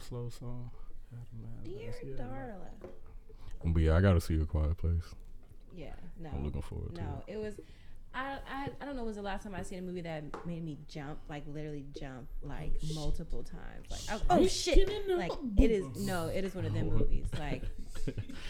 slow song. Had a man Dear last year, like- Darla. But yeah, I gotta see a quiet place. Yeah, no. I'm looking forward to No, it was. I, I I don't know. Was the last time I seen a movie that made me jump, like literally jump, like multiple times. Like oh, oh shit! Like it is no, it is one of Oh. them movies. Like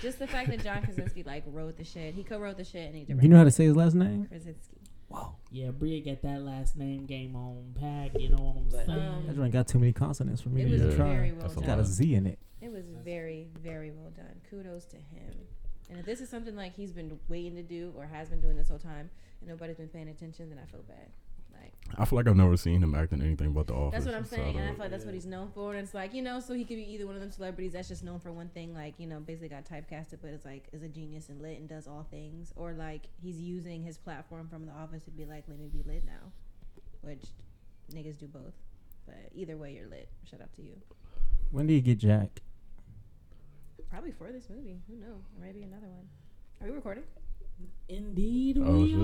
just the fact that John Krasinski like wrote the shit. He co-wrote the shit and he directed. You know how to say his last name? Krasinski. Wow. Yeah, Bria got that last name game on pack. You know what I'm But, saying? That um, joint got too many consonants for me It to was even Yeah. try. very well That's a done. It's got a Z in it. It was very, very well done. Kudos to him. And if this is something like he's been waiting to do or has been doing this whole time and nobody's been paying attention, then I feel bad. Like I feel like I've never seen him act in anything but The Office. that's what I'm so I saying, and I don't- feel like that's what he's known for. And it's like you know, so he could be either one of them celebrities that's just known for one thing, like you know, basically got typecasted, but it's like is a genius and lit and does all things, or like he's using his platform from The Office to be like, let me be lit now, which niggas do both. But either way, you're lit. Shout out to you. When do you get Jack? Probably for this movie. Who knows? Or maybe another one. Are we recording? Indeed, Oh, we shit.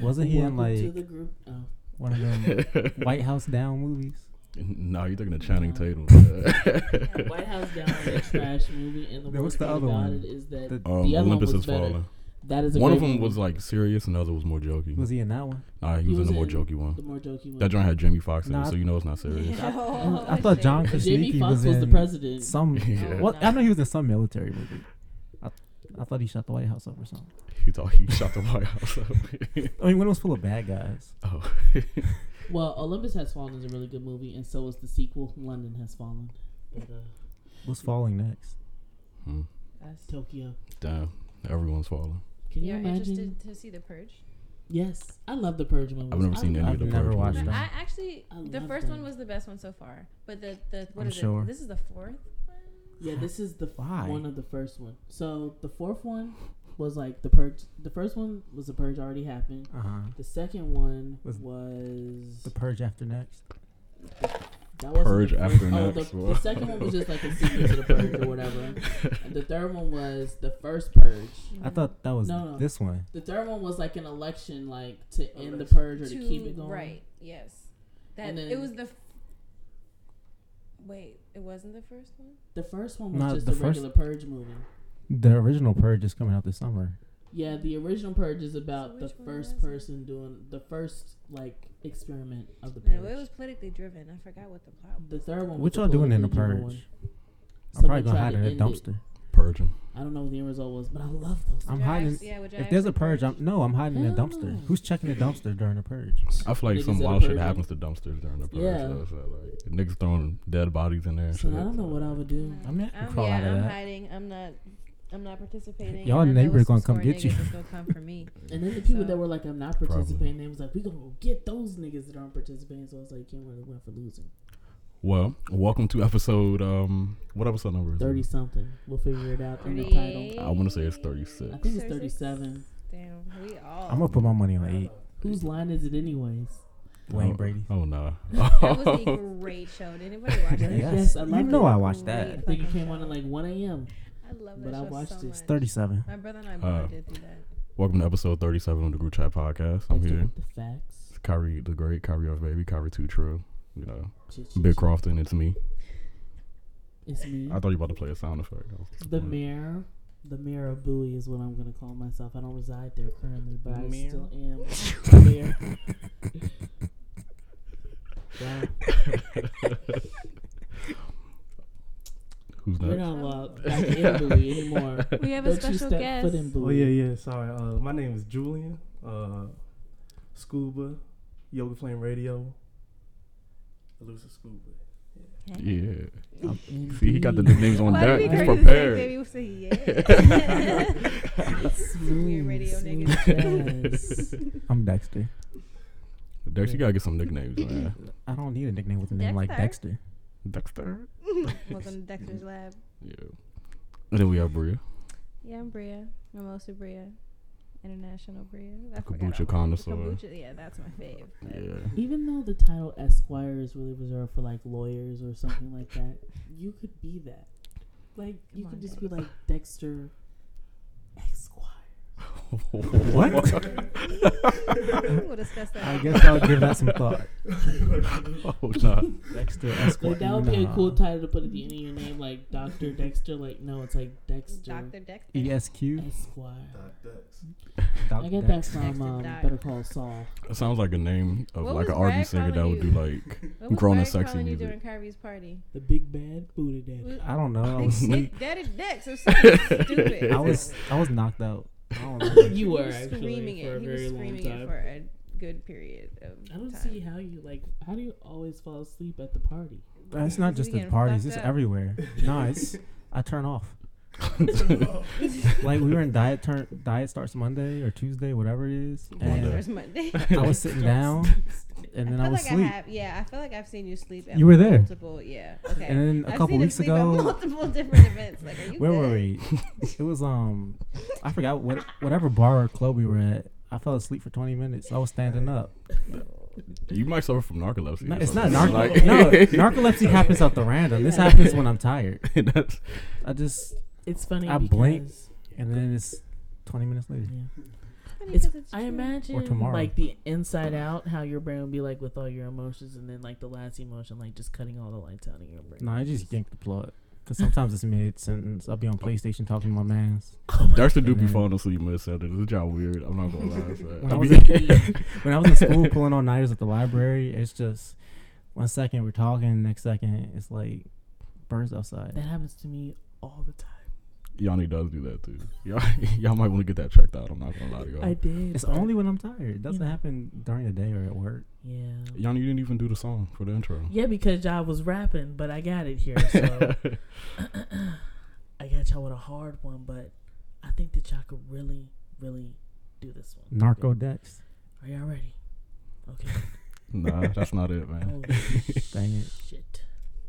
are. Wasn't he in, Welcome to like- the group? Oh. One of them White House Down movies. No, you're thinking of Channing No. Tatum. White House Down is a trash movie, and the Then what's worst the thing other about one? it is that The- um, the other Olympus one Has was better. Fallen. that is a One of great them was movie. like serious, another was more jokey. Was he in that one? Nah, he, He was, was in the more in- jokey one. the more jokey one. uh, That joint had Jimmy Fox in Nah, it, I- so you know it's not serious. Oh, I thought John Jimmy Krasinski Fox was was, the in. president. some Yeah. what I know he was in some military movie. I, I thought he shot the White House up or something. he thought he shot the White House up. I mean, when it was full of bad guys. oh. Well, Olympus Has Fallen is a really good movie, and so is the sequel, London Has Fallen. But, uh, What's falling next? Hmm. Tokyo. Damn. Everyone's falling. Can you You're imagine? interested to see The Purge? Yes, I love the Purge movies. I've never I seen love any I've of the never Purge watched movies. them. I actually, I the love first them. one was the best one so far, but the the what I'm is sure. it? This is the fourth. Yeah, this is the f- Why? one of the first one. So the fourth one was like the purge. The first one was the purge already happened. Uh huh. The second one was, Was- The Purge after next. that wasn't Purge the after oh, next The, one. the second one was just like a sequel to the purge or whatever. And the third one was the first purge. I thought that was No, no. this one. The third one was like an election, like to end the purge or to, keep it going. Right. Yes. That And it then- was the. F- Wait, it wasn't the first one. The first one was Not just the a first- regular purge movie. The original Purge is coming out this summer. Yeah, the original purge is about So the which one first was it? person doing the first like experiment of the purge. No, it was politically driven. I forgot what the plot. The third one. was What the y'all doing in the politically driven Purge? one. I'm Somebody probably gonna tried hide to in a end it. dumpster. Purge him. I don't know what the end result was, but I love those. I'm Would y'all hiding. act- yeah, would y'all If there's a actually purge, I'm no, I'm hiding in a Hell dumpster. no. Mm. Who's checking the dumpster during the purge? I feel like Niggas some in the wild shit Purge. happens to dumpsters during the Purge. Yeah. so it's not like, niggas throwing dead bodies in there. and So I shit. don't know what I would Mm. do. I mean, I could I'm, crawl yeah, out of I'm that. hiding. I'm not. I'm not participating. Y'all and I know neighbors some gonna come sore get you. niggas that's gonna come for me. And then the people So- that were like, I'm not Probably. participating, they was like, we gonna go get those niggas that aren't participating. So I was like, you can't really win for losing. Mm. Well, welcome to episode. um What episode number is Thirty it? something. We'll figure it out in the title. I want to say it's 36. I think it's 36. thirty seven. Damn, we all. I'm gonna put my money on eight. Whose line is it anyways? Wayne oh, Brady. Oh, no. that was a great show. Did anybody watch that? Yes, Yes, I you love know it. I watched I that. think it came on at like one AM. I love that But I show watched so it. much. It's 37. My brother and I Uh, both did through that. welcome to episode 37 of the Group Chat Podcast. I'm Extra here. with the facts. It's Kyrie the Great, Kyrie of Baby, Kyrie Two True. You know, Ch- ch- Big ch- Crofton, it's me. It's me. I thought you were about to play a sound effect. I was The disappointed. mayor, the mayor of Bowie is what I'm gonna call myself. I don't reside there currently, but I Mayor? still am the mayor. wow. Who's We're next? not allowed back in Bowie anymore. We have Don't you step foot in Oh Bowie. yeah, yeah. Sorry. Uh, my name is Julian. Uh, scuba, Yoga Flame Radio, Elusive Scuba. Yeah. Indeed. See, he got the nicknames on Why deck. did He's we curse prepared. Baby, we say yeah. Smooth, radio smooth jazz. I'm Dexter. Dex, you gotta get some nicknames, man. I don't need a nickname with a name like Dexter. Dexter. Dexter. Welcome to Dexter's Lab. Yeah. And then we have Bria. Yeah, I'm Bria. Mimosa Bria. International Bria. I forgot Kombucha all about- connoisseur. Kombucha, yeah, that's my fave. but- Yeah. Even though the title Esquire is really reserved for like lawyers or something like that, you could be that. Like you Come could on, just be Dave. like Dexter Esquire. what? we'll discuss that. I guess I'll give that some thought. Oh, nah. Dexter Like, Escort. that would be a nah. cool title to put at the end of your name, like Doctor Dexter. Like no, it's like Dexter Doctor Dexter. ESQ. Esquire. Doc I get that Dex. from um, Dexter Dyer. Better Call Saul. That sounds like a name of What like an was R&B Brad singer that calling would do you? like What was grown and Brad sexy calling you music. during Kyrie's party? The big bad booty daddy. I don't know. I Big was, Dick Daddy Dex or something stupid. I was I was knocked out. I don't know. you He were was actually screaming it. for a He very was long screaming time. it for a good period of I don't time. see how you like. How do you always fall asleep at the party? It's not Because just we at getting parties. fucked It's up. everywhere. No, it's I turn off. like we were in diet. Turn diet starts Monday or Tuesday, whatever it is. Like, And there's Monday. I was sitting down, and then I, feel was like asleep. I have, yeah, I feel like I've seen you sleep. At You were there. Multiple, yeah. Okay. And then a I've couple seen him weeks sleep at ago, multiple different events. Like, are you where were good? we? It was um, I forgot what whatever bar or club we were at. I fell asleep for 20 minutes. I was standing up. You might suffer from narcolepsy. No, or it's not something. narco- no, narcolepsy happens out the random. This Yeah. happens when I'm tired. that's, I just It's funny. I because, blink. and then it's 20 minutes later. Yeah. Funny It's, 'cause it's I true. imagine tomorrow. like the inside out, how your brain would be like with all your emotions, and then like the last emotion, like just cutting all the lights out of your brain. No, I just yank the plug. Cause sometimes it's mid sentence. I'll be on PlayStation talking to my mans. Dexter do be goodness. falling asleep mid sentence. This y'all weird. I'm not gonna lie. When son. I, I was mean, in, when I was in school pulling all nighters at the library, it's just one second we're talking, next second it's like birds That outside. happens to me all the time. Yanni does do that too. Y'all, y'all might want to get that checked out. I'm not gonna lie to y'all. I did. Oh, It's but- only when I'm tired. It doesn't Yeah. happen during the day or at work. yeah. Yanni, you didn't even do the song for the intro. Yeah, because y'all was rapping, but I got it here. So I got y'all with a hard one, but I think that y'all could really, really do this one. Narco Dex. Are y'all ready? Okay. nah, that's not it, man. Oh Dang it. shit!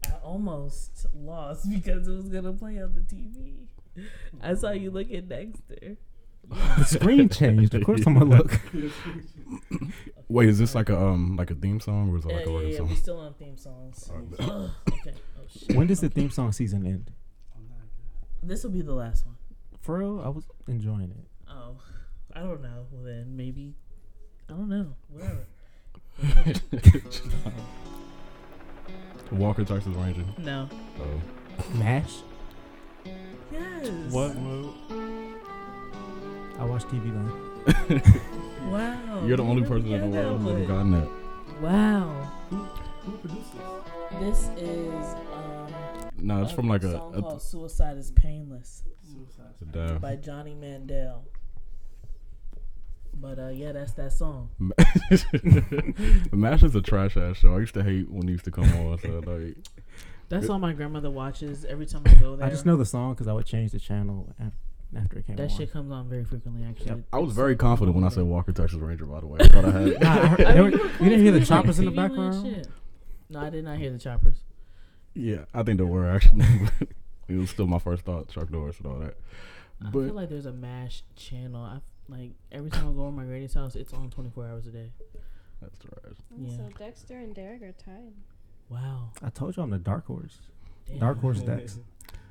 I almost lost because it was gonna play on the TV. I saw you look at Dexter. The screen changed. Of course I'm gonna look. Wait, is this like a um like a theme song or is it Yeah, like a yeah, real yeah. song? We're still on theme songs. Ugh, okay. Oh shit. When does the theme song season end? This will be the last one. For real, I was enjoying it. Oh, I don't know. Well, then maybe I don't know. Whatever. Walker Texas Ranger. No. Oh. Mash. Yes. I watch TV then. Wow. You're the you only really person in the got that world who one. have gotten that. Wow. Who produced this? This is. Um, Nah, it's from like a, song a- called "Suicide Is Painless." Suicide a damn. by Johnny Mandel. But uh, yeah, that's that song. Mash is a trash ass show. I used to hate when it used to come on. So like, That's all my grandmother watches every time I go there. I just know the song because I would change the channel af- after it came that on. shit comes on very frequently. Actually, Yep. I was very confident when I said Walker Texas Ranger. By the way, I thought I had. Nah, I heard- I they mean, you were were- you close, didn't hear the you choppers in the you were like, background. "Shit." No, I did not hear the choppers. Yeah, I think there were actually. it was still my first thought, Chuck Norris and all that. I feel But like there's a mash channel. I like every time I go over my granny's house, it's on 24 hours a day. that's trash. Oh, Yeah. So Dexter and Derek are tied. Wow. I told you I'm the dark horse. Damn. Dark horse Dex.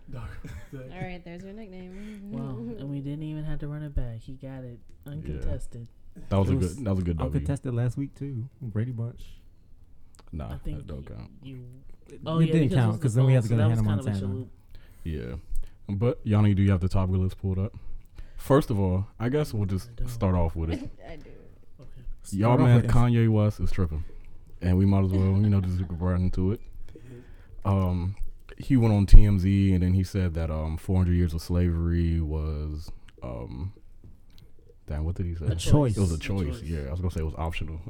Dark. Dex. All right, there's your nickname. Wow. And we didn't even have to run it back. He got it uncontested. That was It a was good. That was a good. I W. contested last week too. Brady Bunch. Nah, I think Ah, that don't you- count. you. Oh, it didn't count because then we had to go to Hannah Montana. Yeah, but Yanni, do you have the topic list pulled up? First of all, I guess we'll just I don't. start off with it. I do. Y'all Start off man, with- Kanye West is tripping, and we might as well, you know, just get right into it. Um, he went on TMZ and then he said that um, 400 years of slavery was um, damn, what did he say? A choice. It was a A choice. choice. Yeah, I was gonna say it was optional.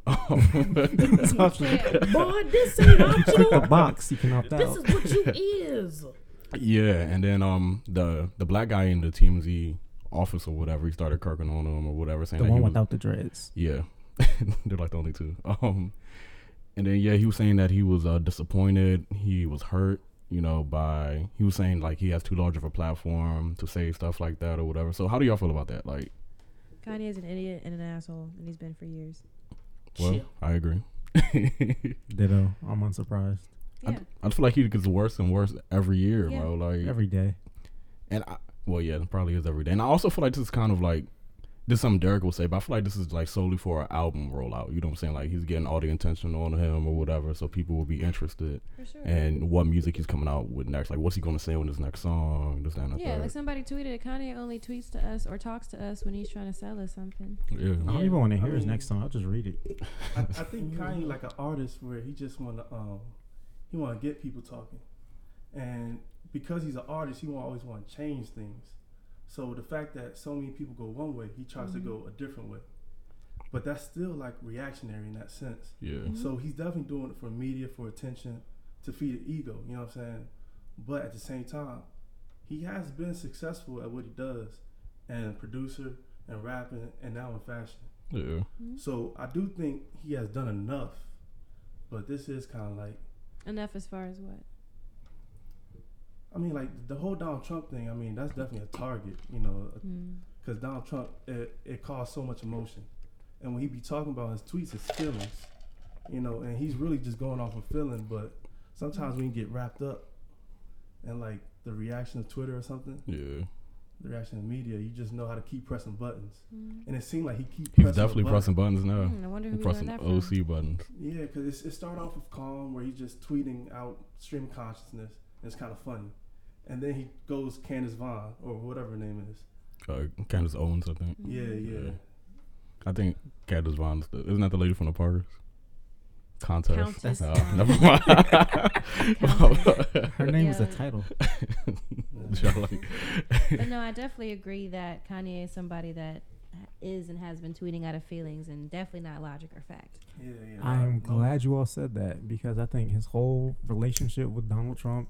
Yeah. Boy, this ain't Click the optional. box. You can opt This is out. what you is. yeah, and then um, the the black guy in the TMZ office or whatever, he started kirking on him or whatever, saying The that he one was- without the dreads. Yeah, they're like the only two. Um, and then yeah, he was saying that he was uh, disappointed. He was hurt, you know, by he was saying like he has too large of a platform to say stuff like that or whatever. So how do y'all feel about that? Like, Kanye is an idiot and an asshole, and he's been for years. well, Chill. I agree. Ditto. I'm unsurprised. I, Yeah. d- I just feel like he gets worse and worse every year, Yeah. bro. Like, Every day. and I, well, yeah, it probably is every day. And I also feel like this is kind of like this is something Derek will say, but I feel like this is like solely for an album rollout. You know what I'm saying? Like he's getting all the attention on him or whatever, so people will be interested for sure. and what music he's coming out with next. Like what's he gonna say on his next song? This that, and the yeah, third. like somebody tweeted, Kanye only tweets to us or talks to us when he's trying to sell us something. yeah. I don't Yeah. even want to hear I his mean- next song. I'll just read it. I, I think Kanye like an artist where he just want to um he want to get people talking, and because he's an artist, he will always want to change things. So the fact that so many people go one way, he tries Mhm. to go a different way, but that's still like reactionary in that sense. Yeah. So he's definitely doing it for media, for attention, to feed the ego. You know what I'm saying? But at the same time, he has been successful at what he does, and producer and rapping, and now in fashion. Yeah. Hmm? So I do think he has done enough, but this is kind of like Enough as far as what? I mean like the whole Donald Trump thing. I mean that's definitely a target, you know, Mm. because Donald Trump it, it caused so much emotion, and when he be talking about his tweets, his feelings, you know, and he's really just going off of feeling. But sometimes we can get wrapped up, and like the reaction of Twitter or something, Yeah. the reaction of media, you just know how to keep pressing buttons, Mm. and it seemed like he keep He's pressing a definitely button. pressing buttons Uh, now. Mm, I wonder who I'm we pressing learned that from. OC buttons. Yeah, because it started off with calm, where he's just tweeting out stream consciousness. And it's kind of funny, and then he goes Candace Vaughn or whatever her name is. Uh, Candace Owens, I think. Mm. Yeah, yeah. I think Candace Vaughn is the, isn't that the lady from the Parkers? Contest. Countess No, Vaughn. never mind. Countess. Her name is the Yeah. title. Y'all like- but no, I definitely agree that Kanye is somebody that is and has been tweeting out of feelings and definitely not logic or fact. Yeah, yeah. I'm No, glad you all said that because I think his whole relationship with Donald Trump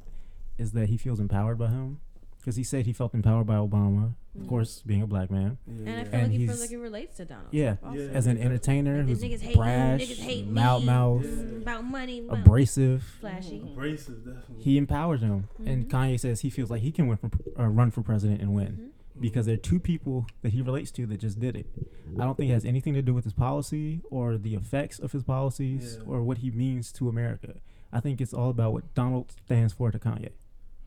is that he feels empowered by him. Because he said he felt empowered by Obama, of Mhm. course, being a black man, Yeah, And I feel yeah. And like he feels he's- like it relates to Donald. yeah, Trump yeah. also. as an entertainer Like, who's these niggas hate me, brash, niggas hate me. loud mouth, Mm, about money, well, abrasive. flashy. Mm. Abrasive, definitely. He empowers him, and Mhm. Kanye says he feels like he can win from, uh, run for president and Mm-hmm. Mm-hmm. win. Mhm. because there are two people that he relates to that just did it. I don't think it has anything to do with his policy or the effects of his policies Yeah. or what he means to America. I think it's all about what Donald stands for to Kanye.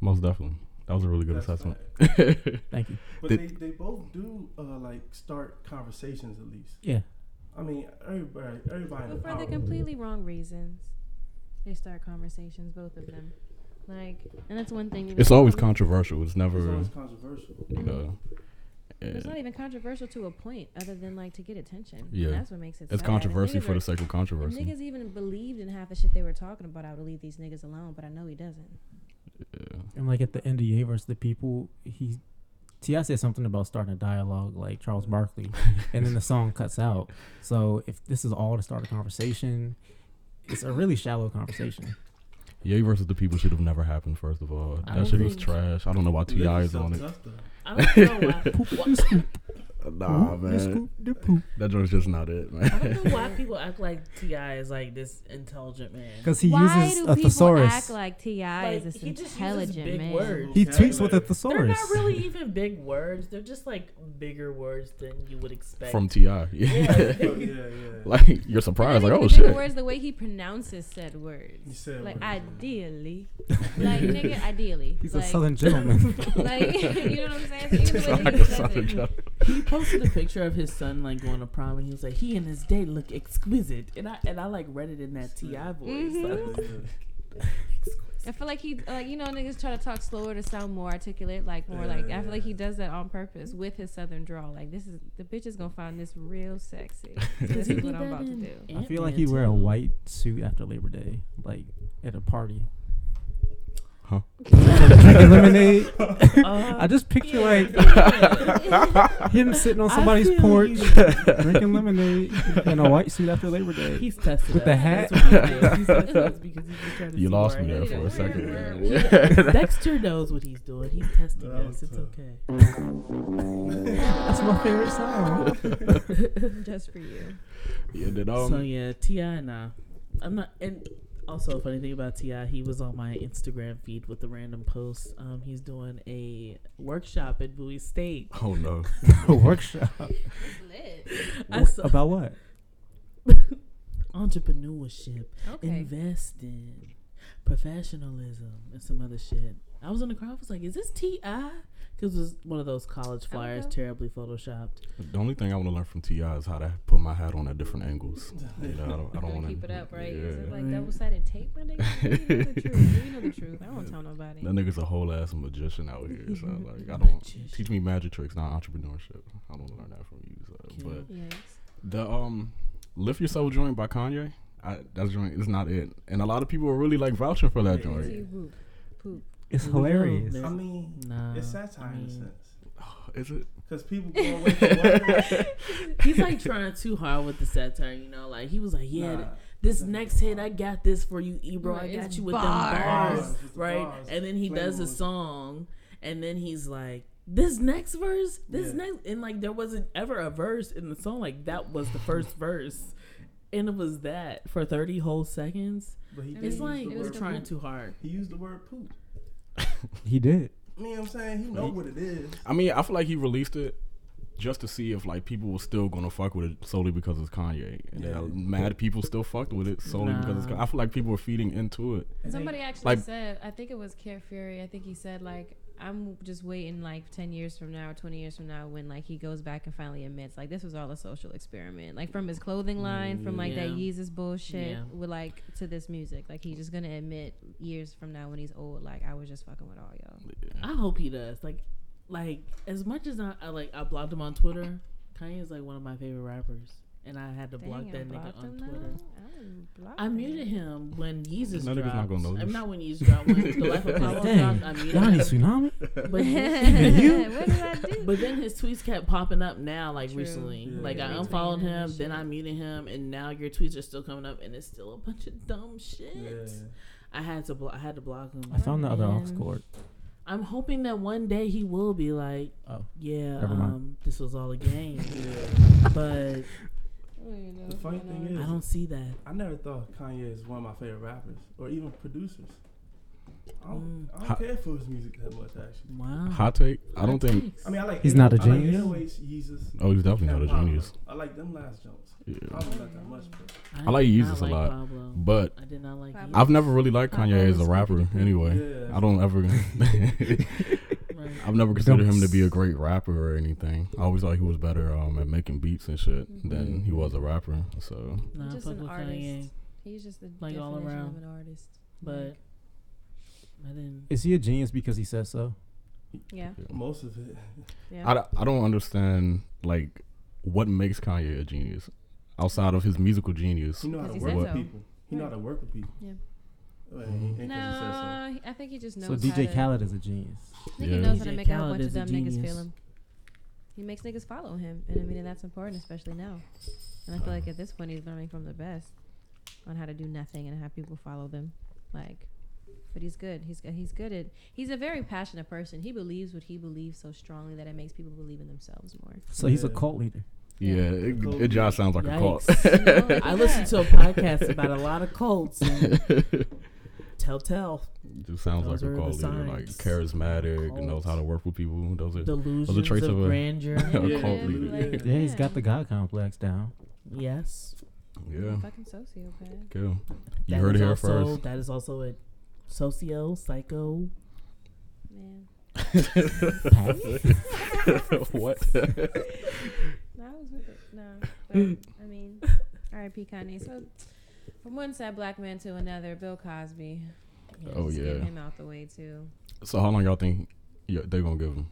Most definitely. That was a really good That's assessment. fact. Thank you. But The- they, they both do uh, like start conversations at least. Yeah. I mean everybody everybody. in But for the power. completely wrong reasons, they start conversations, both of them. Like, and that's one thing. It's always controversial. controversial. It's It's never. eh, always controversial. Uh, It's yeah. not even controversial to a point, other than like to get attention. Yeah. and that's what makes it. It's sad. If controversy niggas for are- the sake of If controversy. niggas even believed in half the shit they were talking about, I would leave these niggas alone. But I know he doesn't. Yeah. And like at the NDA versus the people, he T.I. said something about starting a dialogue like Charles Barkley, and then the song cuts out. So if this is all to start a conversation, it's a really shallow conversation. Ye versus the people should have never happened. First of all, I that don't shit was think- trash. I don't know why Ti is on it. I don't know why. Ah, Nah, man, that joint's just not it, man. I don't know why people act like Ti is like this intelligent man. Because he Why uses do a people thesaurus. act like Ti Like, is this he just uses intelligent big man? words. he tweets with a thesaurus. They're not really even big words. They're just like bigger words than you would expect From Ti, Yeah. yeah. Oh, yeah, yeah. like you're surprised, like oh shit. Words the way he pronounces said He words. said Like what he said. ideally, like nigga, ideally. He's like, a southern gentleman. Like you know what I'm saying? So Just even like a the way he says solid it, job. he posted a picture of his son like going to prom and he was like, He and his date look exquisite and I and I like read it in that T I voice. Mhm. Mm-hmm. Like, I feel like he, like you know, niggas try to talk slower to sound more articulate, like more like. I feel like he does that on purpose with his southern drawl. Like this is the bitch is gonna find this real sexy. So this he is did what I'm that about to in do. I feel like Ant-Man he'd wear a too. white suit after Labor Day, like at a party. Huh? Drinking lemonade. Uh, I Um, just picture like him sitting on I somebody's feel porch, you. drinking lemonade in a white suit after Labor Day. He's testing With us. the That's hat. what he did. He's testing us because he's just trying to You see lost where me our there head for a is. second. Where- man. Dexter knows what he's doing. He's testing That us. was It's tough. okay. That's my favorite song. Just for you. Yeah, did um, so yeah, Ti nah. I'm not. And also, a funny thing about Ti, he was on my Instagram feed with a random post. Um, he's doing a workshop at Bowie State. oh no, A workshop I saw about what? entrepreneurship, Okay. investing, professionalism, and some other shit. I was in the crowd. I was like, "Is this Ti?" Because it was one of those college flyers, Okay. terribly photoshopped. The only thing I want to learn from Ti is how to put my hat on at different angles. You know, I don't, I Gotta don't want keep it up, right? Is it Yeah. like Right. double sided tape, my nigga? We know the truth. We know the truth. I don't tell nobody. That nigga's a whole ass magician out here. So like, I don't teach me magic tricks, not entrepreneurship. I don't learn that from you. So. Yeah. But Yikes. The um, lift yourself joint by Kanye. I, that joint is not it, and a lot of people are really like vouching for that Yeah. joint. See, whoop, poop. It's Here we go. hilarious. There's- I mean, Nah. it's satire I in a mean- sense. Is it? Because people go away from work. He's like trying too hard with the satire, you know. Like he was like, "Yeah, th- Nah. this next hit, I got this for you, Ebro. Right, I got it's you with them bars. bars, Bars, it's the right?" bars. And then he Flame does a emoji. song, and then he's like, "This next verse, this Yeah. next," and like there wasn't ever a verse in the song. Like that was the first verse, and it was that for thirty whole seconds. But he I did It's use like the it was we're word the trying poop. too hard. He used the word poop. He did. Me, I'm saying he know Right. what it is. I mean, I feel like he released it just to see if like people were still gonna fuck with it solely because it's Kanye, and then Yeah. uh, mad people still fucked with it solely because it's. Kanye. Nah. I feel like people were feeding into it. And Somebody actually like- said, I think it was Care Fury. I think he said like, I'm just waiting like ten years from now, or twenty years from now, when like he goes back and finally admits like this was all a social experiment, like from his clothing line, from like that Mm, Yeah. Yeezus bullshit, Yeah. with like to this music, like he's just gonna admit years from now when he's old, like I was just fucking with all y'all. I hope he does. Like, like as much as I, I like, I blocked him on Twitter. Kanye is like one of my favorite rappers, and I had to block Dang, I that nigga blocked on him Twitter. now? I didn't block I him. muted him when Yeezus None of it's dropped. not gonna know I'm this. not when Yeezus dropped. When the Life of Pablo Dang. dropped, I muted Yanni him. Tsunami? But his- You? what did I do? But then his tweets kept popping up now, like True. recently. Yeah. Like I Retweeting unfollowed him him, and then shit. I muted him, and now your tweets are still coming up, and it's still a bunch of dumb shit. I had to block. I had to block him. I found the other aux Man. cord. I'm hoping that one day he will be like, Oh. yeah, Never mind. um, this was all a game. Yeah. but Oh, you know, The funny you thing know. is, I don't see that. I never thought Kanye is one of my favorite rappers or even producers. I don't, I How- don't care for his music that much, actually. Wow. Hot take. I don't think. Thanks. I mean, I like. He's not a I like genius? Airways, Yeezus, Oh, he's definitely not and a Pablo. genius. I like them last Jones. Yeah. Probably not that much, but I like did Yeezus not a lot, Pablo. But I did not like. Pablo. I've never really liked Pablo Kanye is as a rapper. pretty cool. Anyway, yeah. I don't ever. Right. I've never considered him to be a great rapper or anything. I always thought he was better um, at making beats and shit Mm-hmm. than he was a rapper. So Nah, I Just fuck an with artist. Kanye, He's just the Like, definition all around. of an artist. but Like, I didn't. Is he a genius because he says so? yeah, most of it. yeah. I, I don't understand like what makes Kanye a genius outside of his musical genius. He know how Because to he work said with so. people. He know how to work with people. Yeah. Like, he- and 'cause he No, said so. he- I think he just knows. So how DJ to- Khaled is a genius. I think he Yeah. knows how DJ to make a whole Khaled bunch of is a dumb niggas genius. feel him. He makes niggas follow him, and I mean, and that's important, especially now. And I feel like at this point, he's learning from the best on how to do nothing and have people follow them. Like, but he's good. He's good. He's good at. He's a very passionate person. He believes what he believes so strongly that it makes people believe in themselves more. So he's a Yeah. cult leader. Yeah, it, it just sounds like a cult. Yikes. You know? Like, I yeah. listened to a podcast about a lot of cults. And telltale just sounds Those like are a the cult leader, like signs. charismatic, Cult. knows how to work with people. Those are delusions traits of, of a- grandeur. a Yeah. cult leader. leader. Yeah, he's got the God complex down. yes, Yeah, Fucking sociopath. cool. You That heard it is here also, first. That is also a socio psycho. Man, what? no, I was with it. No, but, I mean, R.I.P. Kanye. So, from one sad black man to another, Bill Cosby. Oh, just Get yeah. him out the way too. So how long y'all think yeah, they gonna give him?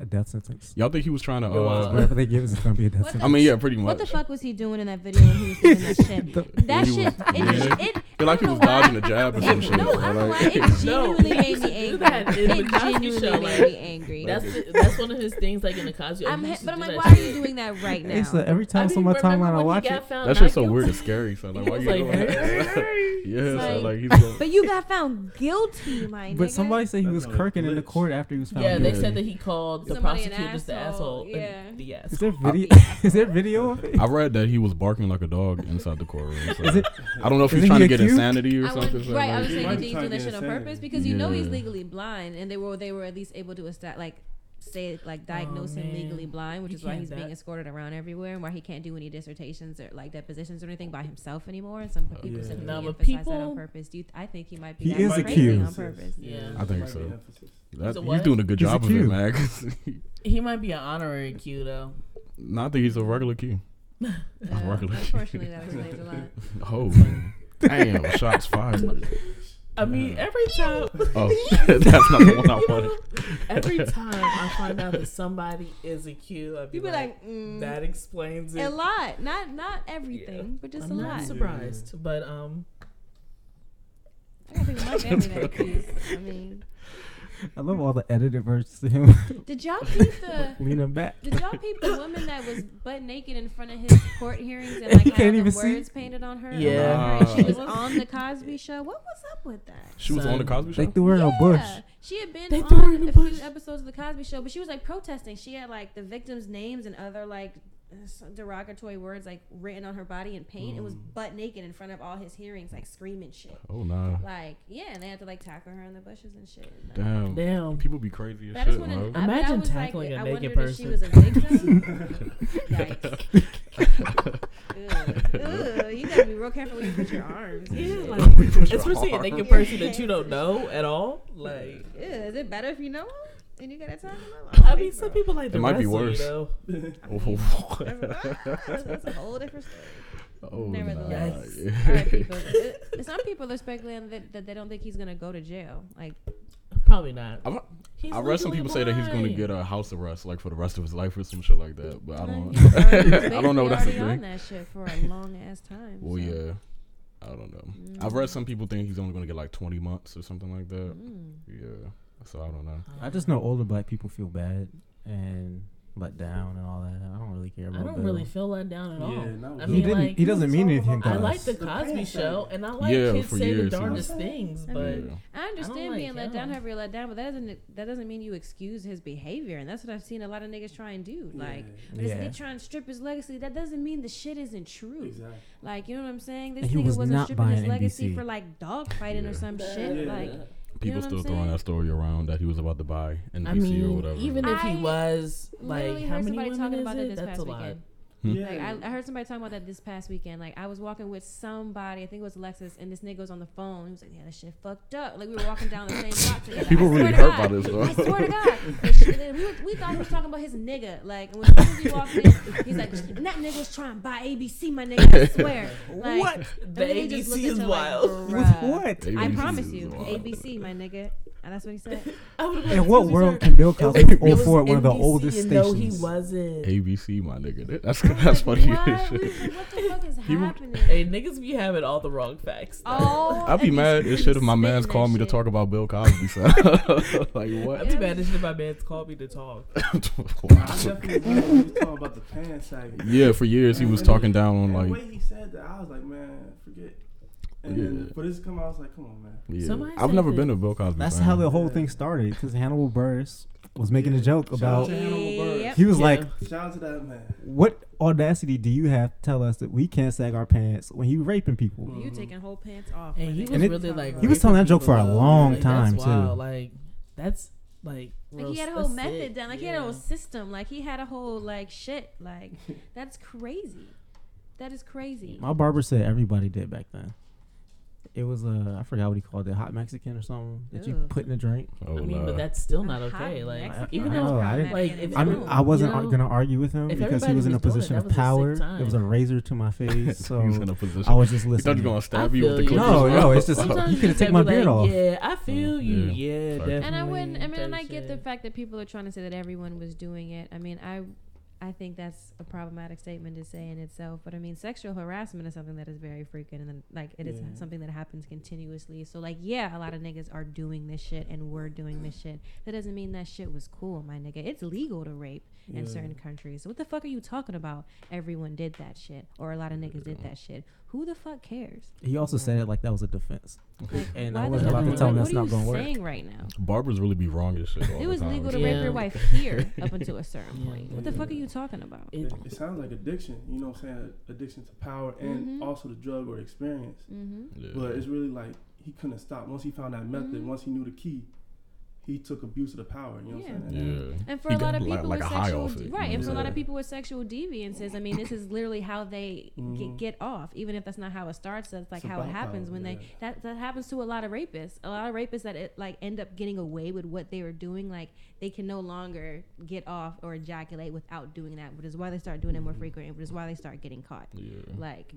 A death sentence. Y'all think he was trying to? Yo, Uh, uh, Whatever they give us is gonna be a death What I sentence. mean, yeah, pretty much. What the fuck was he doing in that video when he was doing that shit? That He shit, was- yeah. it, it, it, Feel like he I was don't know why. dodging a jab or some It, shit. no, I don't know why. Like, It genuinely No, made he me used to do angry. that in the It Cosby Show, genuinely like- made me angry. That's the, that's one of his things, like in the Cosby. I'm, he he- used to but I'm do like, that why are shit. you doing that right now? It's like every I time mean, it's on my remember timeline, I when he watch got it. found that shit's so not weird and guilty? scary. So like, He why was you doing like, that? Yeah, so Like- like he's. Going, But you got found guilty, my But nigga. somebody said he That's was not a kirking in the glitch. court after he was found Yeah, they guilty. said that he called the Somebody an prosecutors the asshole, asshole. and yeah. the Is asshole. there video? Is there video? of it? I read that he was barking like a dog inside the courtroom. So Is it- I don't know if is he's it trying he to get accused? insanity or I something. would, so, right, I like, was He saying, might you think be he's trying doing to that get shit on insanity. purpose because you know he's Yeah. legally blind, and they were they were at least able to establish like say like diagnose him Oh, man. legally blind, which You is why can't he's being di- escorted around everywhere and why he can't do any dissertations or like depositions or anything by himself anymore. And some people yeah. said that Now, he but emphasized that people- on purpose. Do you th- I think he might be He that is crazy on accused. purpose. Yeah. I think might be so. an emphasis. He's That, a he's what? doing a good He's a job of it, Q. man. 'cause he- He might be an honorary Q though. no, I think he's a regular key. Uh, Regular. unfortunately, that explains a lot. Oh, man. damn! Shots fired. I mean, every time, Oh, that's not the one I wanted. every time I find out that somebody is a Q, I'd be, You be like, like, mm, that explains a it. lot, not not everything, but just I'm a not lot. surprised, but um, I gotta think of my family that accused. I mean, I love all the edited versions of him did y'all keep the? leaning back. Did y'all peep the woman that was butt naked in front of his court hearings and like You had can't all even the see. words painted on her? and Yeah. all over her, and she was Nah. on the Cosby Show. What was up with that? She was on the Cosby They Show. threw her in a bush. Yeah, she had been They threw her in on a a bush. few episodes of the Cosby Show, but she was like protesting. She had like the victims' names and other like s- derogatory words like written on her body in paint. It was butt naked in front of all his hearings, like screaming shit. Oh nah, Like yeah, and they had to like tackle her in the bushes and shit. Like, damn. damn. People be crazy as That is shit, when an, I, bro. but I Imagine was like, tackling a I naked wondered person. If she was a victim. Yikes. Ugh. Ugh. You gotta be real careful when you put your arms. Yeah, Ew. like, We push her especially a hard. naked person that you don't know at all. Like, Ew, is it better if you know 'em and you gotta talk about I mean, some people like It to might be worse. wrestle, You know? Oh, That's a whole different story. oh, Nevertheless, nah, yeah. all right, people. It- some people are speculating that, that they don't think he's gonna go to jail. Like, Probably not. I'm- He's I read some legally people say that he's going to blind. get a house arrest, like for the rest of his life or some shit like that. But I don't. he's already- I don't know if that's a basically already on thing. that shit for a long ass time. Well, so. yeah, I don't know. I've read some people think he's only going to get like 20 months or something like that. Mm. Yeah. So I don't know. I just know older black people feel bad and let down and all that. I don't really care about. I don't Bill. really feel let down at all. Yeah, not I with mean, He didn't. like, he doesn't mean anything. to I us. like the The Cosby pants Show, thing. and I like Oh Yeah, kids for say the years, he darndest was- things, I but yeah. I understand like being let down him. however you're let down, but that doesn't that doesn't mean you excuse his behavior, and that's what I've seen a lot of niggas try and do. Like, but it's- Yeah. they try and strip his legacy. That doesn't mean the shit isn't true. Exactly. Like, you know what I'm saying? This he nigga was was not not stripping his buying legacy NBC. for like dog fighting Yeah. or some shit. Yeah. Like, People what I'm still throwing saying? that story around that he was about to buy NBC I or mean, whatever. even if he I was like, literally how heard many somebody women talking is about it? it this That's past a lot. weekend. Like I, I heard somebody talking about that this past weekend. Like I was walking with somebody, I think it was Alexis, and this nigga was on the phone. He was like, "Yeah, that shit fucked up." Like we were walking down the same block together. People I swear really to hurt God. by this, though. I swear to God, The shit- and we, were- we thought he was talking about his nigga. Like and when as soon as we walked in, he's like, "And that nigga was trying to buy ABC, my nigga. I swear." Like, What? and The then we just ABC looked is at her like, wild. "Bruh." what? ABC I is promise you, wild. ABC, my nigga. And that's what he said. I would've been In what confused, world sir. can Bill It was- Cosby it was afford one of the NBC, oldest and No, stations? he wasn't. ABC, my nigga. That's I was that's like, funny What? as We shit. was like, what the fuck is People- happening? Hey, niggas be having all the wrong facts. though. Oh, I'd be and mad he's as shit if my spitting man's that called me to shit. talk about Bill Cosby. son. like I'd what? be mad as shit if my man's called me to talk. I definitely agree when he was talking about the pants sagging. yeah, for years he And was when he- talking down on and the like. way he said that, I was like, man, forget. And then Yeah. for this to come out, I was like, come on, man. Yeah. Somebody I've said never that- been a Bill Cosby. That's fan. how the whole thing started because Hannibal Burris was making a joke Shout out about. to Hannibal Burris. Yep. He was Yeah. like, Shout out to that man. "What audacity do you have to tell us that we can't sag our pants when you raping people?" Mm. You taking whole pants off. And my nigga. he was And it- really like he was raping telling that joke for a people, though. long Like, time, that's wild. too. Like that's like Like real- he had a whole that's method sick. down. Like he had a Yeah. whole system. Like he had a whole like shit. Like that's crazy. That is crazy. My barber said everybody did back then. It was a I forgot what he called it, hot Mexican or something that you Ugh. put in a drink. Oh, I mean, nah. but that's still A not hot okay. Like Mexican even is I know, though I didn't- problematic like, in if its I'm- I'm, own. I wasn't you know, gonna argue with him if because he everybody was in a was doing it, position that of was a sick power. time. There was a razor to my face, He's so in a position. I was just He thought he was listening. gonna stab I you with the feel you. clippers. No, no, it's just Sometimes he you could have just taken my gotta be beard like, off. Yeah, I feel you. Oh, yeah. Yeah, Sorry. definitely. and I wouldn't. I mean, and I type get the shit. fact that people are trying to say that everyone was doing it. I mean, I, I think that's a problematic statement to say in itself. But I mean, sexual harassment is something that is very frequent, and then, like it is Yeah. something that happens continuously. So like, yeah, a lot of niggas are doing this shit, and we're doing this shit. That doesn't mean that shit was cool, my nigga. It's legal to rape in Yeah. certain countries. So what the fuck are you talking about? Everyone did that shit, or a lot of niggas did that shit. Who the fuck cares? He also said it like that was a defense, Like, and why I the wasn't fuck- about to like, tell him what that's are not you gonna work. saying right now? Barbers really be wrong as shit. All It the was time. legal to Yeah. rape your wife here up until a certain Yeah. point. What the fuck are you talking about? It, It- it sounds like addiction. You know what I'm saying? Addiction to power and Mm-hmm. Mhm. also the drug or experience. Mm-hmm. Yeah. Mm-hmm. But it's really like he couldn't stop. Once he found that method, Mhm. once he knew the key, he took abuse of the power. You know what I'm Yeah. saying? Yeah. And for He a got lot of like- people like with a high sexual off de- it, right, you and for a lot know? of people with sexual deviances, I mean, this is literally how they Mhm. get, get off. Even if that's not how it starts, that's like It's how it about how, happens when yeah. they that that happens to a lot of rapists. A lot of rapists that it, like end up getting away with what they were doing, like they can no longer get off or ejaculate without doing that, which is why they start doing it Mm-hmm. more frequently, which is why they start getting caught. Yeah. Like,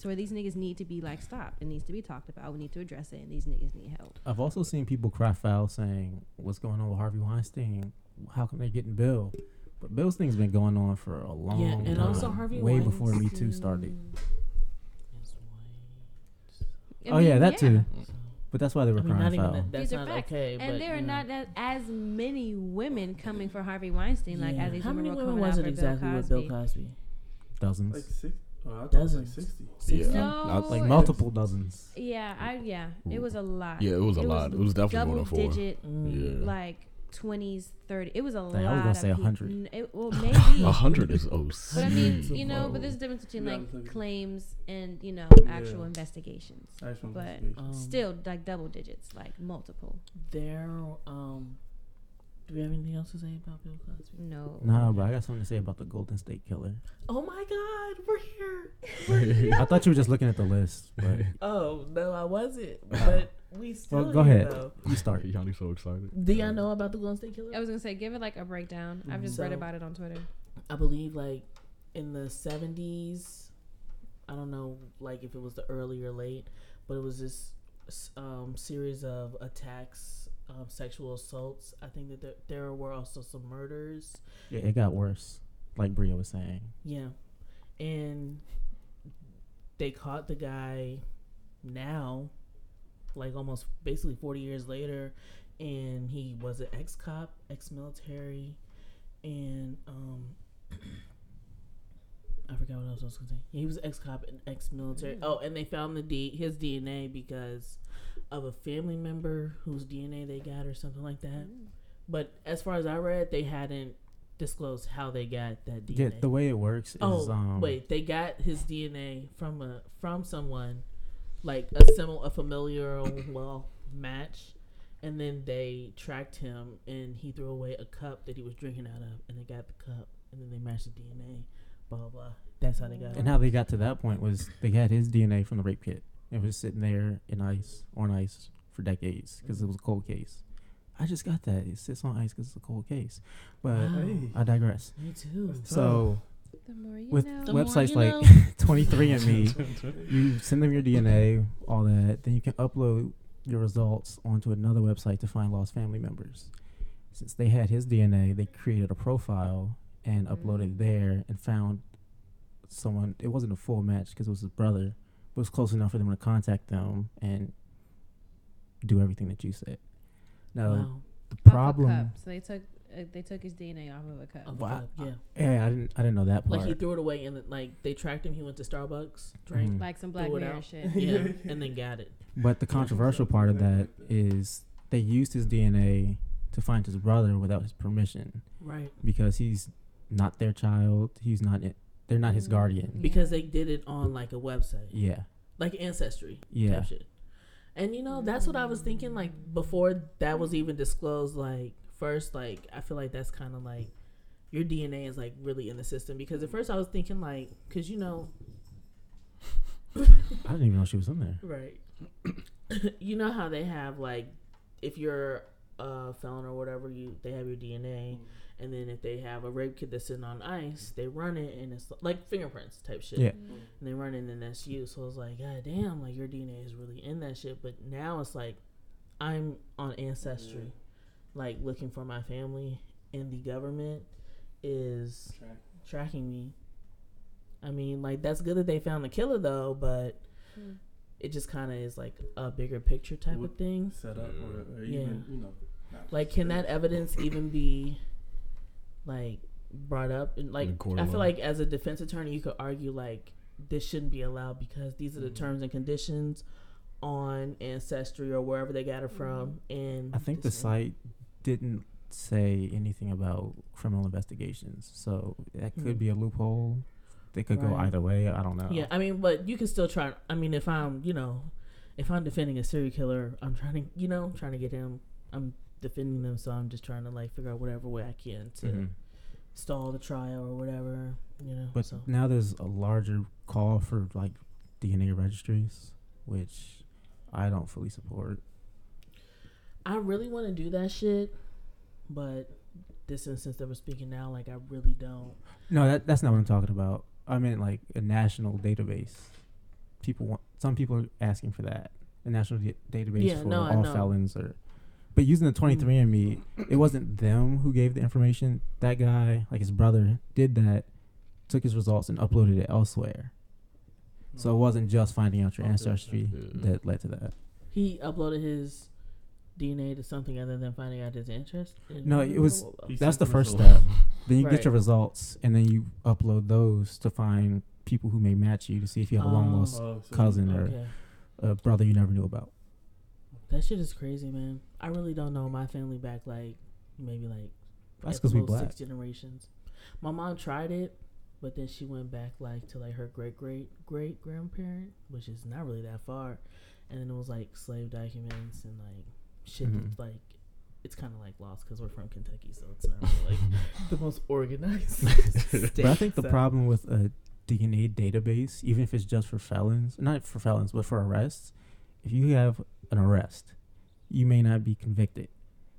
so these niggas need to be like stopped. It needs to be talked about. We need to address it, and these niggas need help. I've also seen people cry foul saying, "What's going on with Harvey Weinstein? How come they're getting Bill?" But Bill's thing's been going on for a long yeah, and time, also Harvey way before Me Too Weinstein started. is I oh mean, yeah, that too. white, so- But that's why they were I mean, not crying even foul. that, that's These are not facts. okay. but, And there are you know. not a- as many women coming for Harvey Weinstein like Yeah. as these How many women were women coming out was for it exactly Bill with Cosby. Bill Cosby? Dozens, Like six, oh, I thought it was like Dozens. sixty. Yeah. No, Not- like it- multiple dozens. Yeah, I yeah, it was a lot. Yeah, it was a It was lot. It was definitely Double going for. digit, Yeah. like twenties, thirty. It was a lot. Dang, I was gonna of say a peop- hundred. n- it- Well, maybe. A hundred is oh. But I mean, you know, but low. there's a difference between Yeah, I like was thinking- claims and you know actual Yeah. investigations. Actual But- investigation. Um, Still, like double digits, like multiple. there. Um, do we have anything else to say about Bill Cosby? No. Nah, but I got something to say about the Golden State Killer. Oh my God, we're here. I thought you were just looking at the list, but Oh no, I wasn't. But we still. go here, ahead. Though. you start. Yanni's so excited. Do y'all know about the Golden State Killer? I was gonna say, give it like a breakdown. I've just read So- about it on Twitter. I believe like in the seventies. I don't know, like if it was the early or late, but it was this s- um, series of attacks, um, sexual assaults. I think that there, there were also some murders. Yeah, it got worse, like Bria was saying. Yeah, and they caught the guy now, like almost basically forty years later, and he was an ex cop, ex military, and um, I forgot what else I was gonna say. Yeah, he was ex cop and ex military. Oh, and they found the D his DNA because of a family member whose DNA they got or something like that. Mm. But as far as I read, they hadn't disclosed how they got that DNA. Yeah, the way it works is Oh um, wait, they got his DNA from a from someone, like a similar a familial well match, and then they tracked him and he threw away a cup that he was drinking out of, and they got the cup, and then they matched the DNA, blah blah. blah. That's how they got. And how they got to that point was they had his DNA from the rape kit. It was sitting there in ice, on ice for decades because it was a cold case. I just got that. It sits on ice because it's a cold case. But Wow. hey, I digress. Me too. That's So The more you With- know. The more websites you like know. 23andMe, you send them your DNA, all that. Then you can upload your results onto another website to find lost family members. Since they had his DNA, they created a profile and Mm-hmm. uploaded there and found someone. It wasn't a full match because it was his brother, but it was close enough for them to contact them and do everything that you said. Now, wow. the Off a problem. cup. So they took uh, they took his DNA off of a cup. Oh, Wow. fuck, Yeah. Yeah, I didn't. I didn't know that part. Like he threw it away and then, like they tracked him. He went to Starbucks, drank, Mhm. Like some black threw it mirror out. shit. yeah, and then got it. But the controversial part of that is they used his DNA to find his brother without his permission Right. because he's not their child. He's not. It, they're not his Mm. guardian. Because they did it on like a website, Yeah. like Ancestry. Yeah. type shit. And you know, that's what I was thinking like before that was even disclosed like first like I feel like that's kind of like your DNA is like really in the system because at first I was thinking like cuz you know, I didn't even know she was in there. right. you know how they have like if you're a felon or whatever, you they have your DNA and then if they have a rape kit that's sitting on ice, they run it and it's like fingerprints type shit. Yeah. and they run it and that's you. So it's like, God damn, like your DNA is really in that shit. But now it's like I'm on Ancestry, like looking for my family and the government is tracking me. I mean, like that's good that they found the killer though, but Hmm. it just kinda is like a bigger picture type Would- of thing. set up or, or Yeah. even you know. not Like can that just- evidence even be like brought up and like In a court I of feel law. like as a defense attorney you could argue like this shouldn't be allowed because these Mm-hmm. are the terms and conditions on ancestry or wherever they got it from and I think the this- site didn't say anything about criminal investigations, so that could Mm. be a loophole. They could go Right. either way. I don't know. yeah I mean but you can still try I mean if I'm you know if I'm defending a serial killer I'm trying to you know trying to get him I'm defending them, so I'm just trying to like figure out whatever way I can to Mhm. stall the trial or whatever. You know, But so now there's a larger call for like DNA registries, which I don't fully support. I really want to do that shit, but this instance that we're speaking now, like I really don't. No, that, that's not what I'm talking about. I meant like a national database. People want some people are asking for that a national da- database Yeah, for no, I all know. Mm. felons or. But using the 23andMe, it wasn't them who gave the information. That guy, like his brother, did that, took his results and uploaded it elsewhere. Mm-hmm. So it wasn't just finding out your Okay, ancestry yeah. that led to that. He uploaded his DNA to something other than finding out his interest. No, it was- He That's sent the first results. step. Then you get your Right. results, and then you upload those to find people who may match you to see if you have a long Oh. lost Oh, so cousin or Okay. a brother you never knew about. That shit is crazy, man. I really don't know my family back like maybe like That's at because we most black. six generations. My mom tried it, but then she went back like to like her great great great grandparent, which is not really that far, and then it was like slave documents and like shit Mhm. that's like it's kind of like lost because we're from Kentucky, so it's not really like the most organized. But I think the so- problem with a DNA database, even if it's just for felons, not for felons, but for arrests, if you have an arrest, you may not be convicted.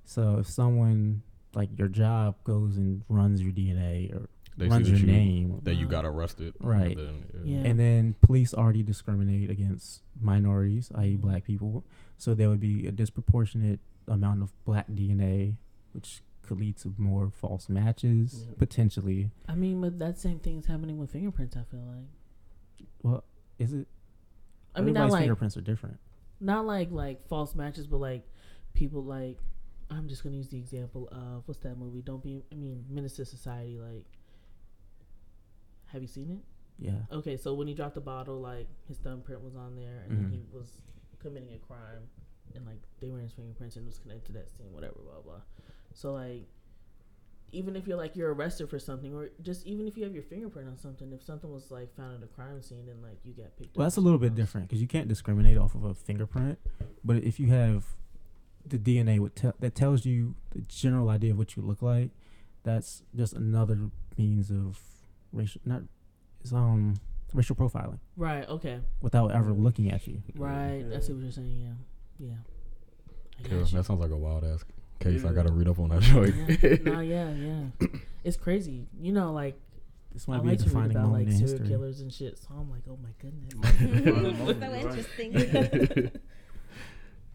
So if someone like your job goes and runs your DNA or They see runs your that you, name, that you Wow. got arrested. and Right. then, Yeah. And then police already discriminate against minorities, i.e., Mm-hmm. black people. So there would be a disproportionate amount of black DNA, which could lead to more false matches, Yeah. potentially. I mean, but that same thing is happening with fingerprints. I feel like. Well, is it? I mean, not everybody's like fingerprints are different. not like like false matches, but like people like I'm just gonna use the example of what's that movie? Don't be I mean Menace to Society. Like, have you seen it? Yeah. Okay, so when he dropped the bottle, like his thumbprint was on there, and Mhm. he was committing a crime, and like they were in his fingerprints and it was connected to that scene, whatever, blah blah. So like. Even if you're like you're arrested for something, or just even if you have your fingerprint on something, if something was like found at a crime scene and like you got picked up, Well, that's for a little something bit else. different because you can't discriminate off of a fingerprint. But if you have the DNA would tell that tells you the general idea of what you look like, that's just another means of racial not it's um racial profiling Right. Okay. without ever looking at you. Right. I see Yeah. what you're saying. Yeah. Yeah. I Cool. got you. That sounds like a wild ass case. I Yeah. gotta read up on that joint. yeah. No, yeah, yeah. It's crazy. You know, like This I might be a like to read defining about moment like in serial history. killers and shit. So I'm like, oh my goodness. Mm-hmm. so Right. interesting.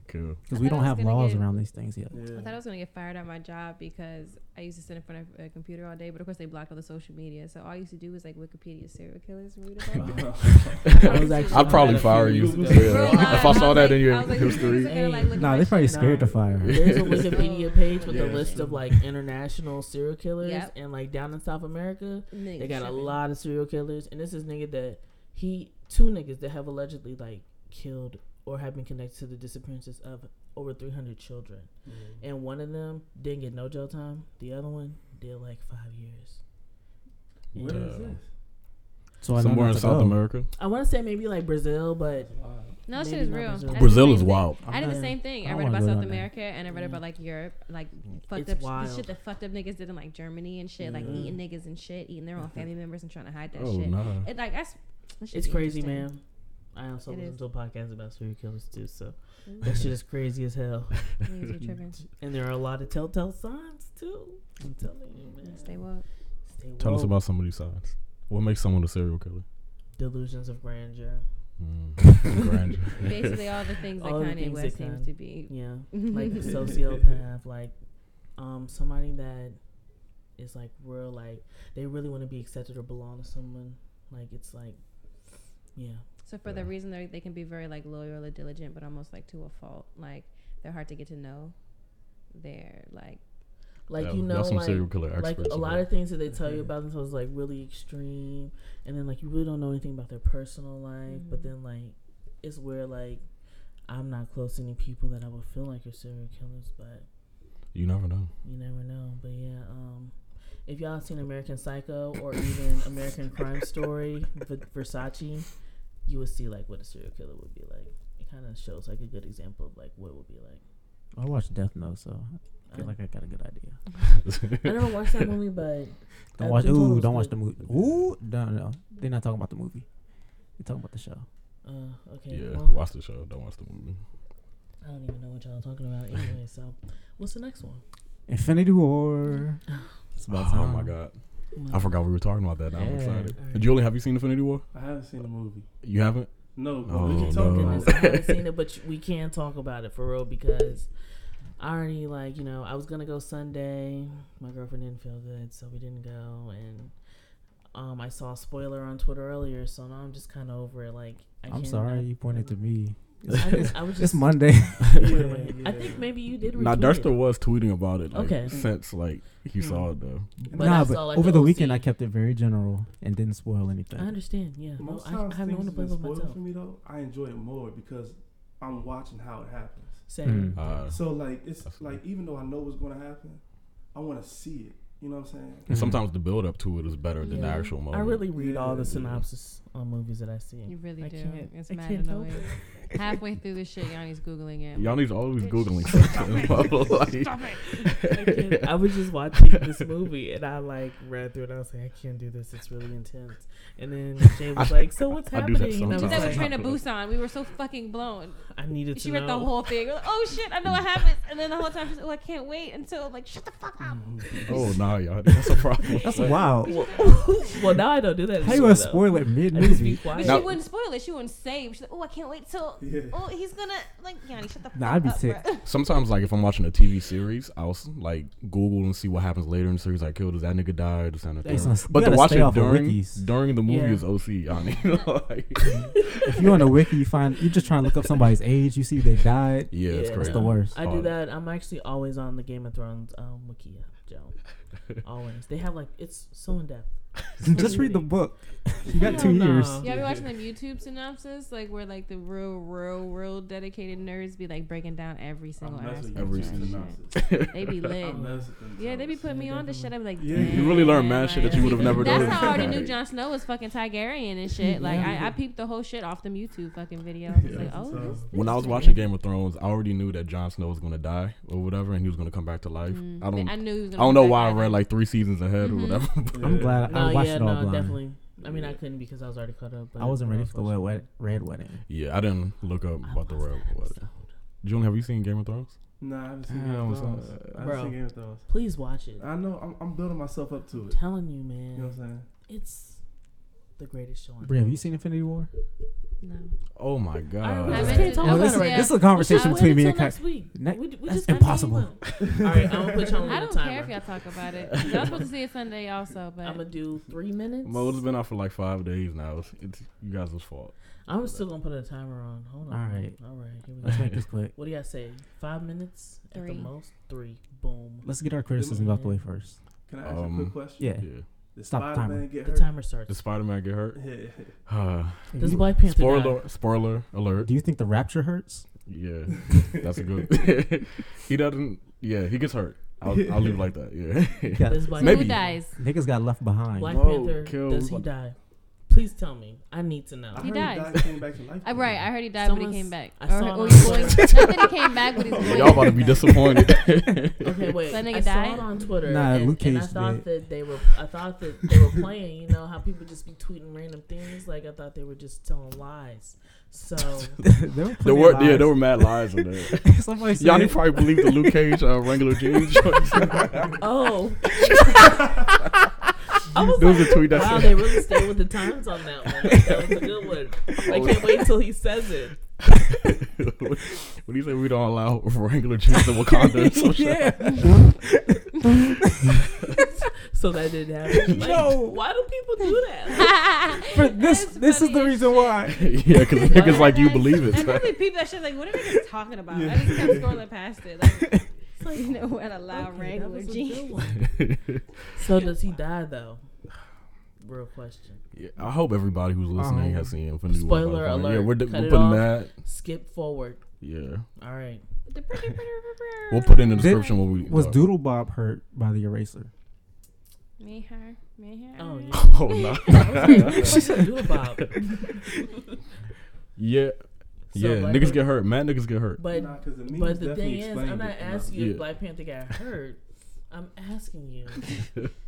cool. Because I we thought I don't was have gonna laws get- around these things yet. I thought I Yeah. was gonna get fired at my job because I used to sit in front of a computer all day, but of course they blocked all the social media. So all I used to do was like Wikipedia serial killers and read about them. I was actually- I'd probably I had a fire few you. years ago. Yeah. Real life. If I saw was that like- in I your was like, these niggas are history, gonna, like, look at Nah, my they're probably shit. scared to Nah. fire. There's a Wikipedia page with a Yeah. list of like international serial killers, Yep. and like down in South America, Niggas they got a tripping. lot of serial killers. And this is nigga that he two niggas that have allegedly like killed or have been connected to the disappearances of over 300 children. and one of them didn't get no jail time. The other one did like five years. Where is Yeah. this? So I know oh, somewhere not in to South go. america I want to say maybe like Brazil, but Wow. No, that shit Maybe is not real. I Brazil. did the brazil same is thing. wild I did the not- same thing. I I, don't read wanna about go South down there. America and I read about like Europe, like fucked It's up sh- wild. Mm-hmm. the shit that fucked up niggas did in like Germany and shit, like Yeah. eating niggas and shit, eating their own family members and trying to hide that oh shit. nah It like that's that shit it's be crazy, interesting. man. I also It listen is. to a podcast about serial killers too, so Ooh, that shit is crazy as hell. niggas be tripping. And there are a lot of telltale signs too. I'm telling you, man. Stay woke. Stay tell us woke. about some of these signs what makes someone a serial killer delusions of grandeur. mm. Grand- Basically, all the things that All the Kanye things that West seems Kanye- to be. Yeah, like a sociopath, like um somebody that is like real, like they really want to be accepted or belong to someone. Like it's like, yeah. So for the Yeah. reason they they can be very like loyal or diligent, but almost like to a fault. Like they're hard to get to know. They're like like Yeah, you know that's some like, serial killer like experts a lot about. of things that they Mm-hmm. tell you about themselves like really extreme and then like you really don't know anything about their personal life but then like it's where like i'm not close to any people that i would feel like are serial killers but you never know you never know but yeah um if y'all seen american psycho or even american crime story v- versace you would see like what a serial killer would be like it kind of shows like a good example of like what it would be like I watched Death Note, so I feel like I got a good idea. I never watched that movie, but Don't I've watch. been told it Ooh, was don't watch the good. movie. Ooh, no, no, they're not talking about the movie. They're talking about the show. Uh, okay. yeah, well, watch the show. Don't watch the movie. I don't even know what y'all talking about anyway. So, what's the next one? Infinity War. It's Oh about time. my god, I forgot we were talking about that. Now I'm Yeah. excited. Alright. Julie, have you seen Infinity War? I haven't seen the movie. You haven't? No, but Oh, we no. can talk about Goodness, it. I haven't seen it, but we can talk about it for real because I already like you know I was gonna go Sunday. My girlfriend didn't feel good, so we didn't go. And um, I saw a spoiler on Twitter earlier, so now I'm just kind of over it. Like I I'm can't- sorry you pointed to me. I, just, I was It's just. Monday. Yeah, I think maybe you did. Now retweet Durster it. was tweeting about it. Like, Okay. Since like he Hmm. saw it though. But I nah, saw, but like, over the the OC. weekend I kept it very general and didn't spoil anything. I understand. Yeah, no, Most I, times I have no one to things have been blame but spoiled myself. for me though. I enjoy it more because I'm watching how it happens. Same. Mm. Uh, So like it's That's like even though I know what's gonna happen, I want to see it. You know what I'm saying? and sometimes the build up to it is better than the Yeah. actual moment. I really read Yeah, all the yeah. synopsis on movies that I see. You really I do. can't- It's I mad can't help annoying. Halfway through this shit, Yanni's googling it. Y'all need to always Bitch, googling. Stop something. it. Like, Stop it. I, can't- I was just watching this movie and I like read through it. And I was like, I can't do this. It's really intense. And then Jay was I- like, So what's I do happening? that And I was sometimes. Did that That with was like, trying Train to to Busan. Busan. We were so fucking blown. I needed to She know. read the whole thing. We're like, oh shit, I know what happens. And then the whole time she's like, oh, I can't wait until like, shut the fuck up. Mm-hmm. oh nah, y'all, that's a problem. That's wow. well, now I don't do that. How you anymore, though. gonna spoil it mid I just be movie? But quiet. Now- she wouldn't spoil it. She wouldn't say. She's like, oh, I can't wait till. Yeah. Oh, he's gonna like Yanni. Shut the fuck Nah, I'd be up. ticked. bruh." Sometimes, like if I'm watching a TV series, I'll s- like Google and see what happens later in the series. Like, yo, does that nigga die? Does that Hey, nigga? son, you But to gotta watch stay it off of during wikis. during the movie Yeah. is OC. Yanni. like, if you're on a wiki, you find you're just trying to look up somebody's age. You see they died. yeah, it's Yeah. crazy. That's the worst. I Oh. do that. I'm actually always on the Game of Thrones um, Wikia, Joe. Always. They have like, it's so in depth. just read the book. You got Hell two no. years. Y'all be watching them YouTube synopsis, like where like the real, real, real dedicated nerds be like breaking down every single I'm messing aspect. with Every the of single that synopsis. shit. They be lit. I'm messing with the Yeah, they be putting me Yeah, on to shit. definitely. I'm like, Yeah. You really learn mad "Damn, shit that you like, would have never That's known. how I already knew Like, Jon Snow was fucking Targaryen and shit. Like I, I peeped the whole shit off them YouTube fucking video. I was Yeah. like, oh, So- this, When this I was is watching good. Game of Thrones, I already knew that Jon Snow was gonna die or whatever, and he was gonna come back to life. Mm. I don't, I I, knew. He was gonna don't come know back why I like read that. like three seasons ahead Mhm. or whatever. synopsis. I'm glad No, I watched yeah, it no, all blind. definitely. I mean, I couldn't because I was already caught up. But I wasn't when ready was for the watching red, it- wed- red wedding. yeah, I didn't look up I about the watched real. that What? episode. Julian, have you seen Game of Thrones? Nah, I haven't seen Damn, Game of what's Thrones. up? I haven't Bro. seen Game of Thrones. Please watch it. I know. I'm, I'm building myself up to I'm it. telling you, You know man. what I'm saying? It's the greatest show on Bri, have you earth. seen Infinity War? Oh, No. Oh my god! I This meant to- can't talk I about was it right- gonna- This is a I conversation waited between me and till Kat. next week. Ne- we, we that's just gotta impossible. do it. All right, I'm gonna put y'all on I the don't timer. care if y'all talk about it. Y'all supposed to see it Sunday also, but I'm gonna do three minutes. Mo, it's been out for like five days now. It's, it's you guys' fault. I'm still gonna put a timer on. Hold on. All right. All right. Here we Let's go. make this quick. What do y'all say? Five minutes at the Three. most. Three. Boom. Let's get our criticism out the way first. Can I ask you a Um, quick question? Yeah. Yeah. Did Stop the Spider-Man get The hurt? timer Did starts. Spider Man get hurt? Yeah. Uh, Does You- Black Panther die? spoiler spoiler alert. do you think the rapture hurts? Yeah, that's a good. he doesn't. Yeah, he gets hurt. I'll, I'll leave it like that. Yeah. Yeah. Does Black so Maybe. who dies? Niggas got left behind. Black Whoa, Panther? kill- does he Black- die? Please tell me. I need to know. I He heard dies. died, came back to life. Uh, right, I heard he died, but Someone's- he came back. I or, saw it or on he's going, Twitter. not that he came back, but he's going. Y'all about to be disappointed. Okay, wait. That nigga I died? saw it on Twitter, Nah, and, Luke and I Cage thought did. that they were. I thought that they were playing. You know how people just be tweeting random things. Like I thought they were just telling lies. So there were, there plenty were of yeah, lies. there were mad lies in there. Somebody said, Yanni probably believed the Luke Cage uh, Wrangler jeans. choice. oh, there was a tweet that wow, said, they really stayed with the times on that one. That was a good one. I can't wait till he says it. "What do you say we don't allow Wrangler jeans in Wakanda?" Or some shit. So that didn't happen. Like, No. why do people do that? But this That's this is funny the as reason shit. why. yeah, because niggas like you believe And it. then we peep that shit like, what are niggas talking about? I just kept scrolling past it. Like, it's like, you know what? A loud Okay, that Wrangler was a jeans. good one. So does he die though? Real question. Yeah, I hope everybody who's listening Um, has seen Infinity War. spoiler by the way. alert. Yeah, we're, d- Cut we're it putting off. that. Skip forward. Yeah, All right. we'll put it in the Did- description what we Was uh, Doodle Bob hurt by the eraser? Me, her, me, her. Oh, yeah. Oh no. I was like, what the fuck is Doodle Bob? Yeah. So yeah, niggas Black Panther- get hurt. Mad niggas get hurt. But Nah, 'cause the memes but the definitely thing is, explained I'm not it, nah. asking you if Yeah. Black Panther got hurt. I'm asking you,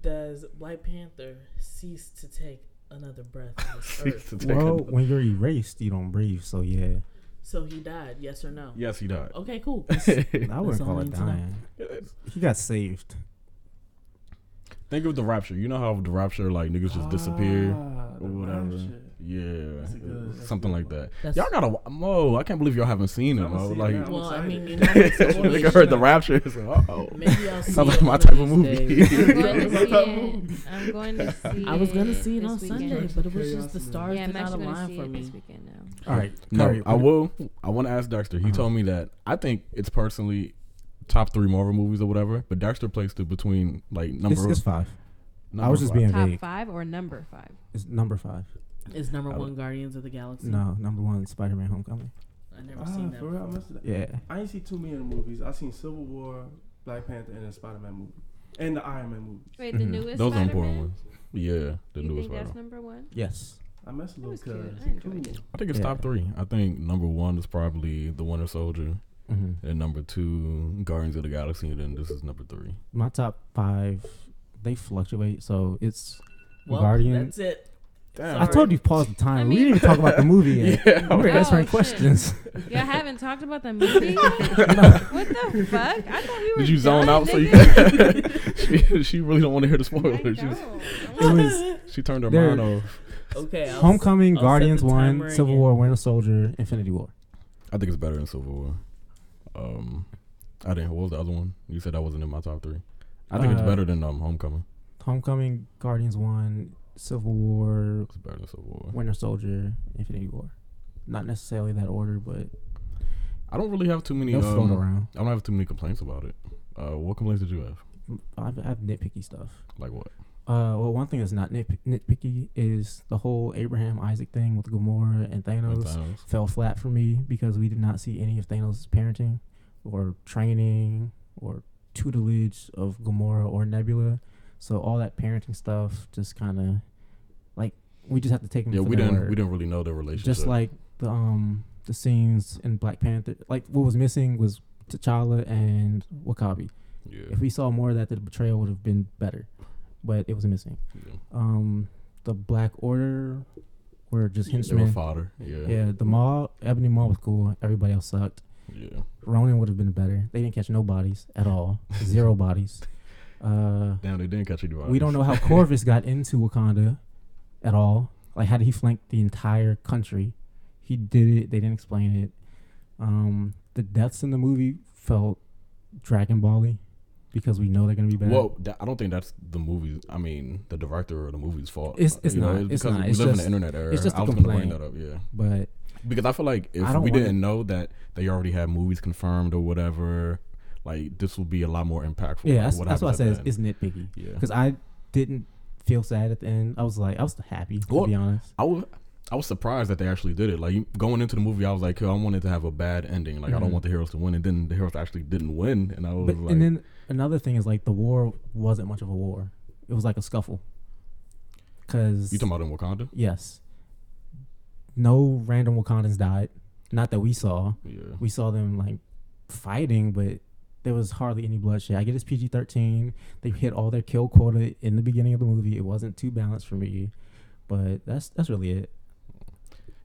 does Black Panther cease to take another breath on this Cease earth? to take Well, another- when you're erased, you don't breathe. So yeah, So he died, yes or no? yes, he died. Okay, cool. I wouldn't all call I it need to know. dying. He got saved. Think of the rapture. You know how the rapture, like niggas just disappear. Ah, the or whatever. rapture. Yeah, That's a good- that's a something good like one. that. That's, Y'all gotta, wa- Mo. I can't believe y'all haven't seen it, I'ma Mo. see it Like, now. well, I excited. mean, you know, it's one of nigga these- heard the rapture. It's like, oh, Maybe I'll see sounds like it my one of type of these movie. days. I'm going to see it. I'm going to see I was gonna it see it this on weekend. Sunday, but it was just the Curiosity. stars Yeah, did I'm not actually going to align see for it this me. weekend now. All right, No, Kyrie, I what- Uh-huh. will. I want to ask Dexter. He told me that I think it's personally top three Marvel movies or whatever, but Dexter placed it between like number. It's, it's five. number I was just five. being Top vague. five or number five? It's number five. Is number I would- one Guardians of the Galaxy? No, number one, Spider-Man: Homecoming. I never Ah, seen that. for real, I before. missed that. Yeah, I ain't seen too many of the movies. I seen Civil War, Black Panther, and the Spider Man movie, and the Iron Man movie. Wait, the Mhm. newest Mm-hmm. Those are Spider-Man? important ones. Yeah, the you newest think Spider. that's number one? yes. I messed a That little was cute. cuz. I enjoyed it. I think it's Yeah. top three. I think number one is probably the Winter Soldier, hmm and number two Guardians of the Galaxy, and then this is number three. My top five, they fluctuate. So it's Well, Guardian. That's it. I told you pause the time. I we mean- didn't even talk about the movie yet. Yeah. We're Oh, answering shit. questions. Y'all haven't talked about the movie? what the fuck? I thought we were Did you zone done, out so you? nigga. she, she really don't want to hear the I spoilers. She, don't. it was she turned her There- mind off. Okay. I'll s- Homecoming, I'll set Guardians the One, timer Civil again. War, Winter Soldier, Infinity War. I think it's better than Civil War. Um, I didn't. What was the other one? You said that wasn't in my top three. I think it's Uh, better than um Homecoming. Homecoming, Guardians One, Civil War, It's better than Civil War. Winter Soldier, Infinity War. Not necessarily that order, but I don't really have too many. they'll float Um, around. I don't have too many complaints about it. Uh, what complaints did you have? I've, I've nitpicky stuff. Like what? Uh, well, one thing that's not nitp- nitpicky is the whole Abraham Isaac thing with Gamora and Thanos Thanos? fell flat for me because we did not see any of Thanos' parenting or training or tutelage of Gamora or Nebula. So all that parenting stuff just kind of like we just have to take them. Yeah, for we their didn't. word. We didn't really know their relationship. just like the um the scenes in Black Panther. Like what was missing was T'Challa and Wakabi. yeah. If we saw more of that, the betrayal would have been better, but it was missing. yeah. Um, the Black Order were just They were henchmen. fodder. Yeah. Yeah, the mall, Ebony Mall was cool. Everybody else sucked. Yeah. Ronin would have been better. They didn't catch no bodies at all. Zero bodies. Uh, Damn, they didn't catch anybody. we don't know how Corvus got into Wakanda at all. Like, how did he flank the entire country? He did it. They didn't explain it. Um, the deaths in the movie felt Dragon Ball-y because we know they're gonna be bad. Well, that, I don't think that's the movie. I mean, the director of the movie's fault. It's- it's not, it's because not, we it's live just- in the internet era. it's just a I was going to bring complaint. that up. Yeah. But Because I feel like if I don't we wanna- didn't know that they already had movies confirmed or whatever, like this would be a lot more impactful. yeah, like, that's, that's what I happens said. at It's, the it's nitpicky end. yeah. because I didn't feel sad at the end. I was like, I was happy to Well, be honest. I was I was surprised that they actually did it. Like you- going into the movie, I was like, "Yo, I wanted to have a bad ending. Like I don't Mhm. want the heroes to win, and then the heroes actually didn't win, and I was But like, and then another thing is like the war wasn't much of a war. It was like a scuffle. Cause "You talking about in Wakanda? yes, no random Wakandans died. Not that we saw. Yeah, We saw them like fighting, but there was hardly any bloodshed. I get it's PG thirteen. They hit all their kill quota in the beginning of the movie. It wasn't too balanced for me, but that's that's really it.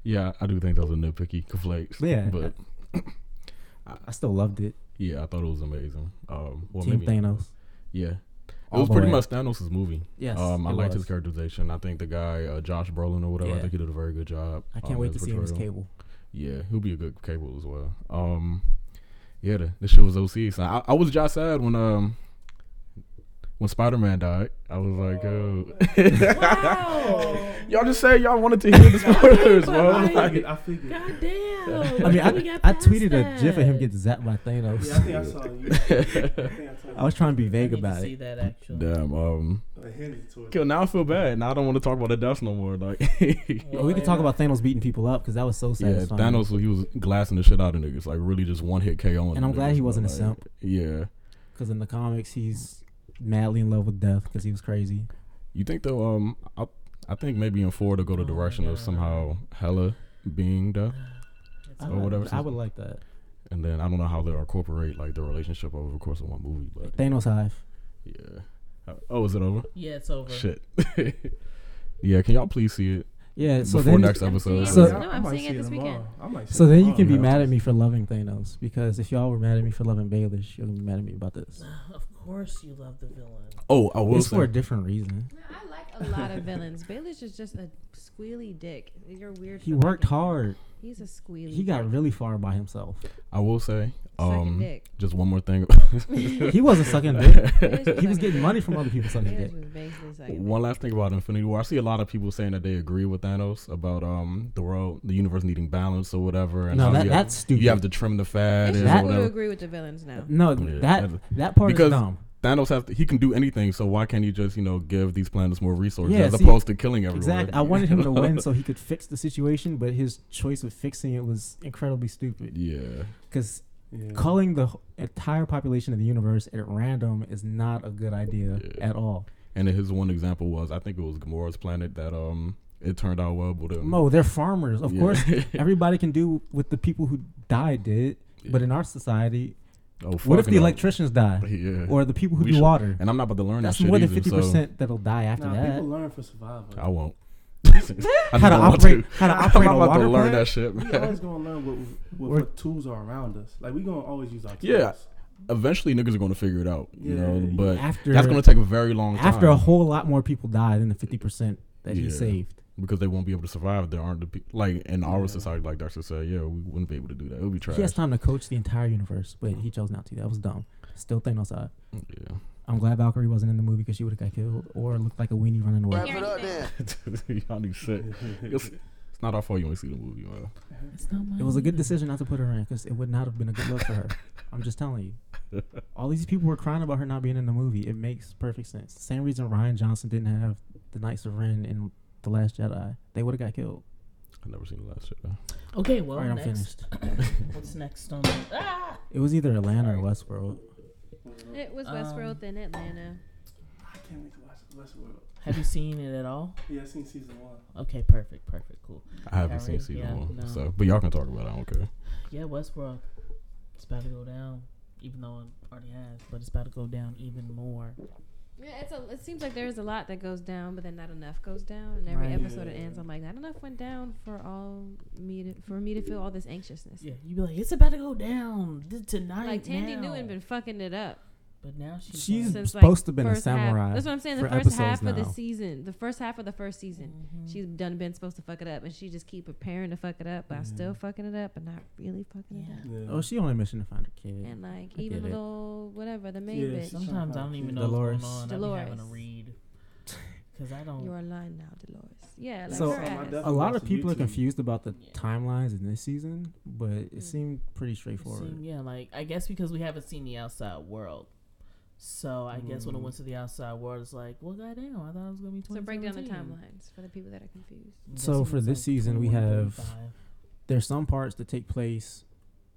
yeah. I do think that was a nitpicky conflict. Yeah. but I still loved it. yeah, I thought it was amazing. Um, well, Team maybe, Thanos. Oh, Yeah, it All was the pretty way. much Thanos' movie. Yes, um, I it liked was. his characterization. I think the guy uh, Josh Brolin or whatever. I Yeah. think he did a very good job. I can't um, wait to see him as portrayal. Cable. Yeah, he'll be a good cable as well. Um, yeah, the, the shit was OC. So I, I was just sad when um when Spider Man died. I was like, oh. Wow. y'all just said y'all wanted to hear the spoilers, But bro. I- Like, I figured. God damn. I mean, how I, we got I past tweeted that? a GIF of him getting zapped by Thanos. Yeah, I think I saw you. I think I saw you. I was trying to be I vague need to about see it. that actually. damn. Um, I hinted towards yo, now I feel bad. Now I don't want to talk about the death no more. Like, yeah, Oh, But we could talk about Thanos beating people up because that was so satisfying. Thanos, he was glassing the shit out of niggas. Like, really, just one hit KO. And I'm glad he wasn't a simp. simp Yeah. because in the comics he's madly in love with death because he was crazy. You think though? Um, I, I think maybe in four they'll go the Oh my direction God. of somehow Hella being death. So I, would- whatever I since- would like that. And then I don't know how they'll incorporate like the relationship over the course of one movie, but Thanos Hive. yeah. Uh, Oh, is it over? Yeah, it's over. Shit. yeah, can y'all please see it Yeah. So before then, next Oh, I'm episode? seeing So- it. no, I'm might seeing see it this tomorrow. weekend. I might see so it then you tomorrow. can be Yeah. mad at me for loving Thanos because if y'all were mad at me for loving Baelish, you'll be mad at me about this. Of course, you love the villain. Oh, I will It's for a say. different reason. No, I like a lot of villains. Baelish is just a squealy dick. You're weird. He for worked liking him. hard. He's a squealy. He got dick. really far by himself. I will say. Suck a Um, dick. just one more thing. He wasn't sucking dick. Baelish He was sucking getting dick. money from other people sucking dick. Baelish was basically sucking dick. One last thing about Infinity War. I see a lot of people saying that they agree with Thanos about um the world, the universe needing balance or whatever. And No, how that, Oh, you, that's stupid. you have to trim the fat. It's and just That- cool whatever. to agree with the villains now. no, Yeah, that that- that part because- is dumb. Thanos has to, he can do anything, so why can't he just you know give these planets more resources Yeah, as see- opposed to killing everyone? Exactly. I wanted him to win so he could fix the situation, but his choice of fixing it was incredibly stupid. Yeah, Because Yeah. calling the wh- entire population of the universe at random is not a good idea Yeah. at all. and his one example was I think it was Gamora's planet that um it turned out well, but um, No, they're farmers. Of yeah. course, everybody can do what the people who died did. But in our society, oh, what if fucking the hell. electricians die Yeah, or the people who We do should- water? and I'm not about to learn That's that shit more than either, fifty percent that'll die after Nah, that. people learn for So I survival. won't. I just how to don't want operate? How to I'm I'm operate not a about water to learn plant? that shit. We man. always gonna learn what, what, We're- what tools are around us. Like we gonna always use our tools. Yeah. Eventually, niggas are gonna figure it out, you Yeah, know. yeah. But After that's gonna take a very long time. after a whole lot more people die than the fifty percent that Yeah. he saved. because they won't be able to survive. There aren't the people like in our Yeah. society, like Dexter said. Yeah, we wouldn't be able to do that. It would be trash. He has time to coach the entire universe, but he chose not to. That was dumb. Still Thanos side. Yeah. I'm glad Valkyrie wasn't in the movie because she would have got killed or looked like a weenie running away. Hear anything. Y'all need shit. It's, it's not our fault. You ain't see the movie, man. It's not my It was a good decision not to put her in because it would not have been a good look for her. I'm just telling you. All these people were crying about her not being in the movie. It makes perfect sense. Same reason Ryan Johnson didn't have the Knights of Ren in The Last Jedi. They would have got killed. I never seen the last shit. though. Okay, well, All right, I'm next. finished. What's next on the. Ah! It was either Atlanta or Westworld. It was Um, Westworld, then Atlanta. I can't wait to watch Westworld. Have you seen it at all? Yeah, I seen season one. Okay, perfect, perfect, cool. I haven't seen Harry, season yeah, one. no. So, but y'all can talk about it. I don't care. Yeah, Westworld. It's about to go down, even though it already has, but it's about to go down even more. Yeah, it's a, it seems like there's a lot that goes down, but then not enough goes down, and every Right. episode it Yeah. ends. I'm like, not enough went down for all me to, for me to feel all this anxiousness. Yeah, you'd be like, it's about to go down th- tonight. Like Tandy now. Newton been fucking it up. But now she's. She's like, Since, like, supposed to have been a first half- samurai. That's what I'm saying. The for first episodes half of the now. season, the first half of the first season, mhm. she's done been supposed to fuck it up, and she just keep preparing to fuck it up, but I'm still fucking it up, but not really fucking it Yeah. up. Yeah. oh, she on a mission to find her kid. And like I even get it. little whatever the main Yeah, bitch, some- Sometimes I don't even know Dolores. what's going on. I'm having a Dolores. read. Because I don't. you're online now, Dolores. Yeah, like So- her Um, I ass. definitely- a lot watched of the people are YouTube. confused about the Yeah. timelines in this season, but Mm. it seemed pretty It seemed- straightforward. yeah, like I guess because we haven't seen the outside world. So I guess when Mm. it went to the outside world, it's like, well, goddamn, I thought it was gonna be twenty. So break down the timelines for the people that are confused. So for this season, we have- There's some parts that take place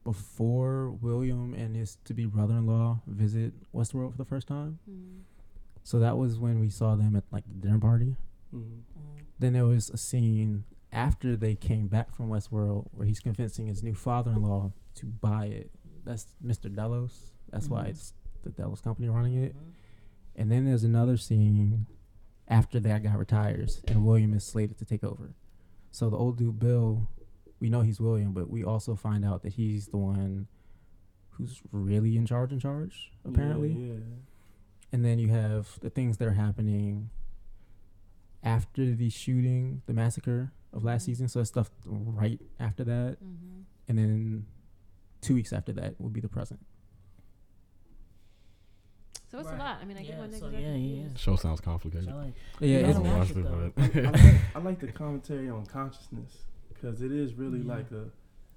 before William and his to-be brother-in-law visit Westworld for the first time. Mm-hmm. So that was when we saw them at like the dinner party. Mhm. Then there was a scene after they came back from Westworld where he's convincing his new father-in-law to buy it. That's Mr. Delos. That's why Mhm. it's the Delos company running it. Mm-hmm. And then there's another scene after that guy retires and William is slated to take over. So the old dude Bill, we know he's William, but we also find out that he's the one who's really in charge in charge, Yeah, apparently. Yeah. And then you have the things that are happening after the shooting, the massacre of last Mm-hmm. season. So it's stuff right after that. Mm-hmm. And then two weeks after that will be the present. So it's Right. a lot. I mean, I Yeah, get one niggas so are yeah, yeah, confused. Show sounds complicated. Like, Yeah, You it's- gotta I watch haven't it, watched though. I, like, I like the commentary on consciousness because it is really Yeah. like a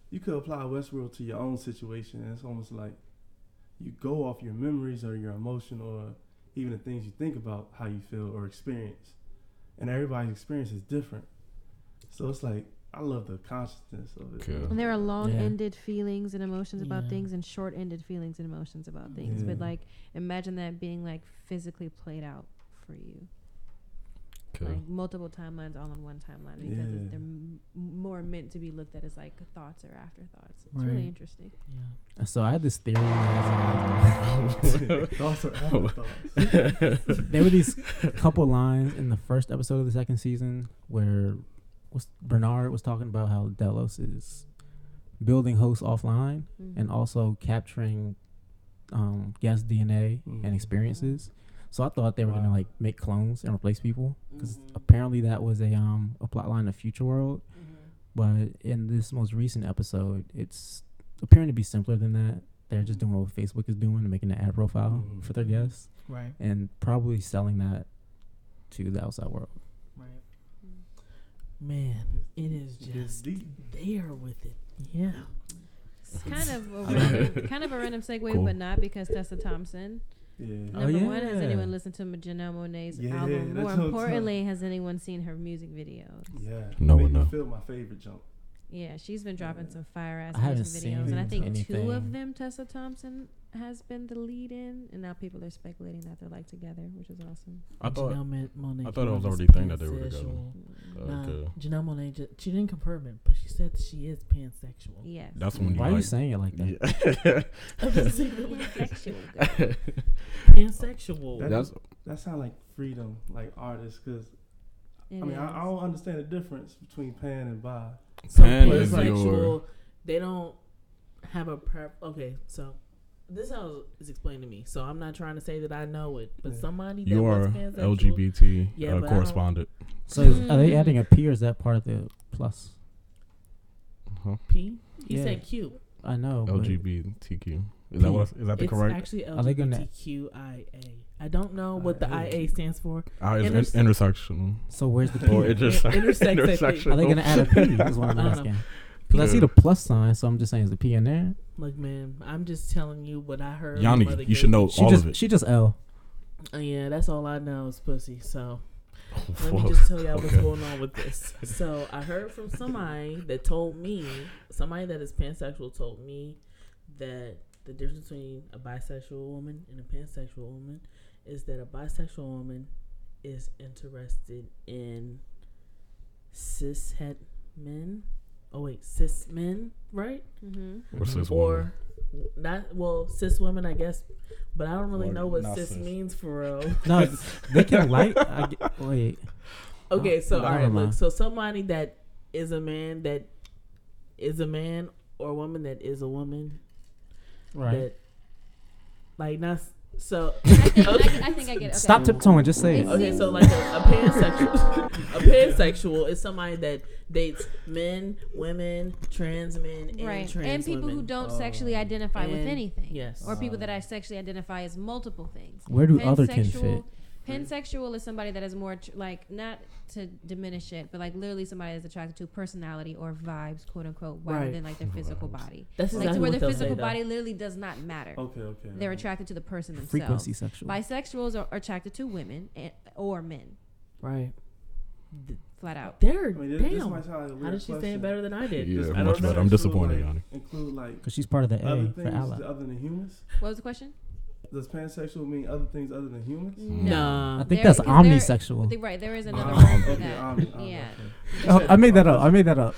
you could apply Westworld to your own situation. And it's almost like you go off your memories or your emotion or even the things you think about how you feel or experience, and everybody's experience is different. So it's like I love the consciousness of it. Cool. And there are long-ended long-ended feelings and emotions about Yeah. things, and short-ended feelings and emotions about things. But Yeah. like, imagine that being like physically played out for you. Okay. like multiple timelines all on one timeline because Yeah. it's they're m- more meant to be looked at as like thoughts or afterthoughts. It's really Right. interesting. Yeah. So I had this theory. When I was in, uh, Thoughts are Oh. our thoughts. there were these couple lines in the first episode of the second season where was Bernard was talking about how Delos is building hosts offline Mhm. and also capturing um, guest DNA Mhm. and experiences. So I thought they were gonna Wow. like make clones and replace people because Mhm. apparently that was a um a plot line of Future World. But in this most recent episode, it's appearing to be simpler than that. They're just doing what Facebook is doing and making an ad profile Mhm. for their guests Right. and probably selling that to the outside world. Right. Man, it is just deep. there with it. Yeah. It's kind of a don't- random, kind of a random segue, Cool. but not because Tessa Thompson. Yeah. Oh, Number one, has yeah. anyone listened to Janelle Monae's Yeah, album? that's More what I'm importantly, has anyone seen her music videos? Yeah. No, Made me no. Feel my favorite jump. Yeah, she's been dropping some fire ass I haven't music videos, seen and I think two anything. of them Tessa Thompson has been the lead in, and now people are speculating that they're like together, which is awesome. I thought. Janelle Mon- Monáe I thought it was Columbus already thing that they were pansexual. together. Mm. Nah, Okay. Janelle Monáe, ju- she didn't confirm it, but she said she is pansexual. Yes. That's when you Why are you like. saying it like that? Pansexual girl. pansexual. That- That's That sound like freedom, like artists, because It I mean I, I is. don't understand the difference between pan and bi. So Pan is pansexual, they don't have a prep. Okay, so this is how it's explained to me. So I'm not trying to say that I know it, but Yeah. somebody that you was are pansexual, LGBT Yeah, uh, but I don't- correspondent. So is, are they adding a P or is that part of the plus? Huh? P. He Yeah. said Q. I know. but LGBTQ. Is that what? Is that the It's correct? actually Are they gonna- LGBTQIA. I don't know what the IA. IA stands for. Ah, it's interse- in- intersectional. So where's the P? Or Are interse- Intersex, I think. intersectional. they gonna add a P? Is what I'm I don't know. asking. Because I see the plus sign, so I'm just saying is the P in there. Look, man, I'm just telling you what I heard. my mother Yanni, Oh, you gave should me. know She all just of it. she just L. Uh, yeah, that's all I know is pussy. So Oh, let me fuck. just tell y'all what's Okay. going on with this. So I heard from somebody that told me, somebody that is pansexual told me that the difference between a bisexual woman and a pansexual woman is that a bisexual woman is interested in cis het men. Oh wait, cis men, right? Mhm. What's this one? or not well cis women i guess but i don't really Or know what not cis, cis. means for real No, they can like. I get, wait, okay so Never all right look mind. so somebody that is a man that is a man or a woman that is a woman right? that like not s- so I, think, I, I think I get it. Okay. Stop tiptoeing. Just say it. It's- okay so like a, a pansexual a pansexual is somebody that dates men women trans men and Right. trans and people women. who don't Oh. sexually identify with And- anything. yes. Or people that Uh. I sexually identify as multiple things. Where do other kin fit? Pansexual is somebody that is more tr- like not to diminish it, but like literally somebody that's attracted to personality or vibes, quote unquote, rather Right. than like their physical body. that's Like exactly to where what their they'll say, physical though. body literally does not matter. Okay, okay. They're attracted to the person themselves. Frequency sexual. Bisexuals are are attracted to women and, or men, right Th- flat out. they're I mean, this, this damn might sound like a weird How did she question. say it better than I did? Yeah, Just- I much don't better. know. I'm Does it disappointed, like, Yanni. Include like Because she's part of the A other for things ally. other than humans. What was the question? Does pansexual mean other things other than humans? I Nah. think There- that's because there- omnisexual. They- Right, there is another Um, word for okay, that. um, um, yeah, okay. Oh, I made that up. I made that up.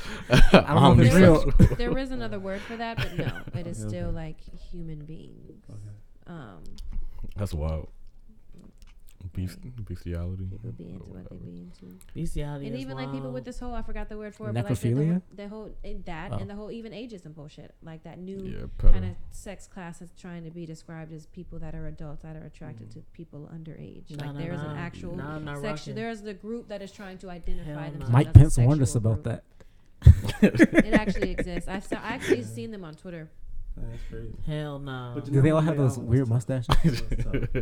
I don't know if it's real. there is another word for that, but no, it is Okay, still okay. like human beings. Um, That's wild. Beast, bestiality. people be into what they be into, Bestiality and is even like people with wild. this whole—I forgot the word for it—but like the- the, Necrophilia? whole- the whole eh, that Oh. and the whole even ageism bullshit, like that new Yeah, kind of pedo. sex class that's trying to be described as people that are adults that are attracted Mm. to people underage. Nah, like nah, there is an nah. actual Nah, I'm not section. rocking. There is the group that is trying to identify Hell them. no. Mike Pence warned us about that. It actually exists. I've saw, I actually seen them on Twitter. Uh, That's crazy. Hell no. But you Do they know, um, all have yeah, those I was weird tough. mustaches? I was tough. I was Yeah,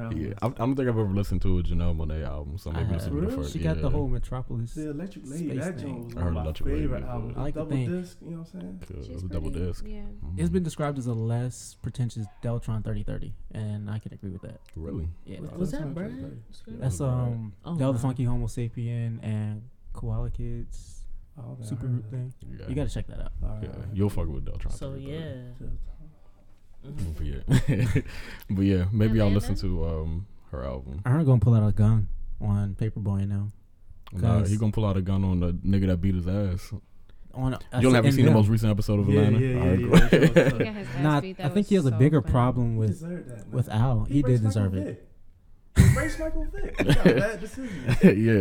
I, tough. I don't think I've ever listened to a Janelle Monae album, so maybe this I will have. be the Really? first. Uh, She got the yeah. whole Metropolis. The Electric Lady, Space that thing. joint was I one of heard my Electric Lady favorite before. albums. I like the Double thing. disc, you know what I'm saying? Yeah, it She's was a double pretty, disc. Yeah. Mm. It's been described as a less pretentious Deltron 3030, and I can agree with that. really. uh, Yeah, Was- Oh, was that's that my Brad? favorite. that's um, Oh, Del the wow. Funky Homo Sapien and Koala Kids I don't think I super heard group that. thing. Yeah. You gotta check that out. All yeah, right. you'll fuck with Deltron. So yeah. but yeah, but yeah, maybe I'll listen Amanda? to um her album. I heard gonna pull out a gun on Paperboy now. Nah, Cause- he gonna pull out a gun on the nigga that beat his ass. On you don't have you in seen the them. most recent episode of Yeah, Atlanta? yeah, yeah, Alright, yeah, cool. that's what I was He telling got his ass Nah, beat. I That think was he has a so bigger funny. problem with deserved that. man. with Al. He, did raised deserve Michael it. Vick. He raised Michael Vick. He got a bad decision. yeah,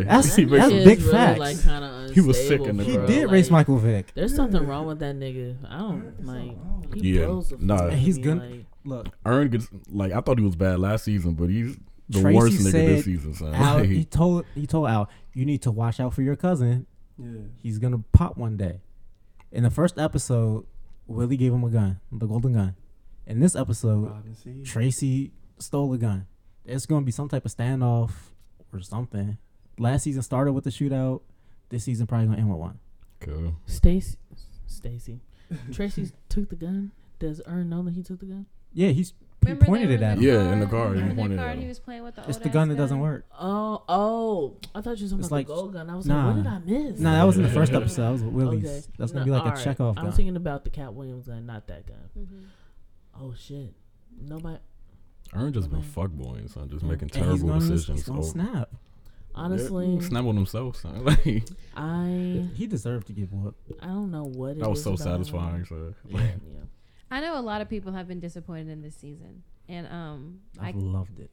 That's- He that's basically- big facts. fact. Like, kinda He was sick unstable, in the He Bro, bro. did like, raise Michael Vick. There's something wrong with that nigga. I don't It's like. all wrong. He Yeah, blows the nah. fuck out of He's me, gonna- like- Look, Aaron gets like I thought he was bad last season, but he's the Tracy worst nigga said this season. Son. Al, Like, he told he told Al, you need to watch out for your cousin. Yeah. He's gonna pop one day. In the first episode, Willie gave him a gun, the golden gun. In this episode, Robin Seed. Tracy stole a gun. It's gonna be some type of standoff or something. Last season started with a shootout. This season probably gonna end with one. cool. Stacy, Stacy, Tracy took the gun. Does Ern know that he took the gun? Yeah, he's he Remember they pointed were it at the him. Yeah, in the car, They he were in the pointed car at and him. he was playing with the It's the old-ass gun that doesn't work. Oh, oh! I thought you were talking It's about like- the gold gun. I was nah. like, what did I miss? No, that was in the Yeah. first episode. That was with Willie's. That's gonna No, be like a alright. checkoff I gun. was thinking about the Cat Williams gun, not that gun. Mhm. Oh shit! Nobody. Aaron just been fuckboying, son, just Yeah. making and he's terrible gonna, decisions. he's gonna over- snap. Honestly, yeah, snap on himself, son. Like I He deserved to get whooped. I don't know what. it that was is so about him. satisfying, son. Yeah, Like, yeah. I know a lot of people have been disappointed in this season, and um, I I loved it.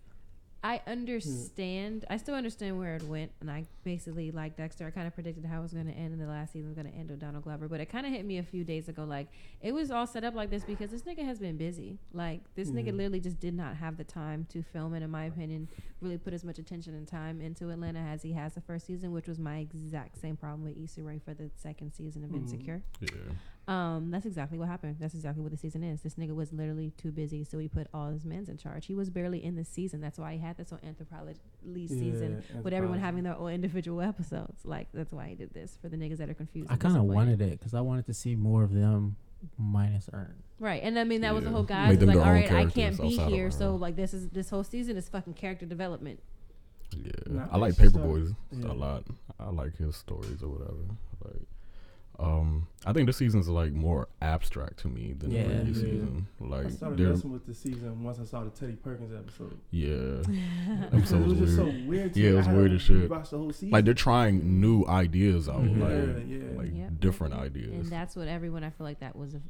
I understand. I still understand where it went, and I basically like Dexter. I kind of predicted how it was going to end, and the last season was going to end with Donald Glover. But it kind of hit me a few days ago. Like it was all set up like this because this nigga has been busy. Like this nigga literally just did not have the time to film, and in my opinion, really put as much attention and time into Atlanta as he has the first season, which was my exact same problem with Issa Rae for the second season of Insecure. yeah, Um, that's exactly what happened. That's exactly what the season is. This nigga was literally too busy, so he put all his men's in charge. He was barely in the season. That's why he had this on anthropology season Yeah, with everyone anthropology. having their own individual episodes. Like that's why he did this for the niggas that are confused. I and kind of disappointed. wanted it because I wanted to see more of them minus Ern. right, and I mean that was the Yeah. whole guy. Make Like, them all their own right, I characters can't be outside of here, her. so like this is this whole season is fucking character development. yeah. Nah, I like it's just, uh, Paperboys yeah. a lot. I like his stories or whatever. Like, um, I think this season's like more abstract to me than Yeah. the previous Yeah. season. I Like, started they're- messing with the season once I saw the Teddy Perkins episode. yeah, Because episode it was was just so weird. weird. to Yeah, me. it was I had weird to as shit. rewatch the whole season. Like they're trying new ideas out, Mhm. like Mm-hmm. Yeah, yeah. like Yep. different Mhm. ideas. and that's what everyone I feel like that was a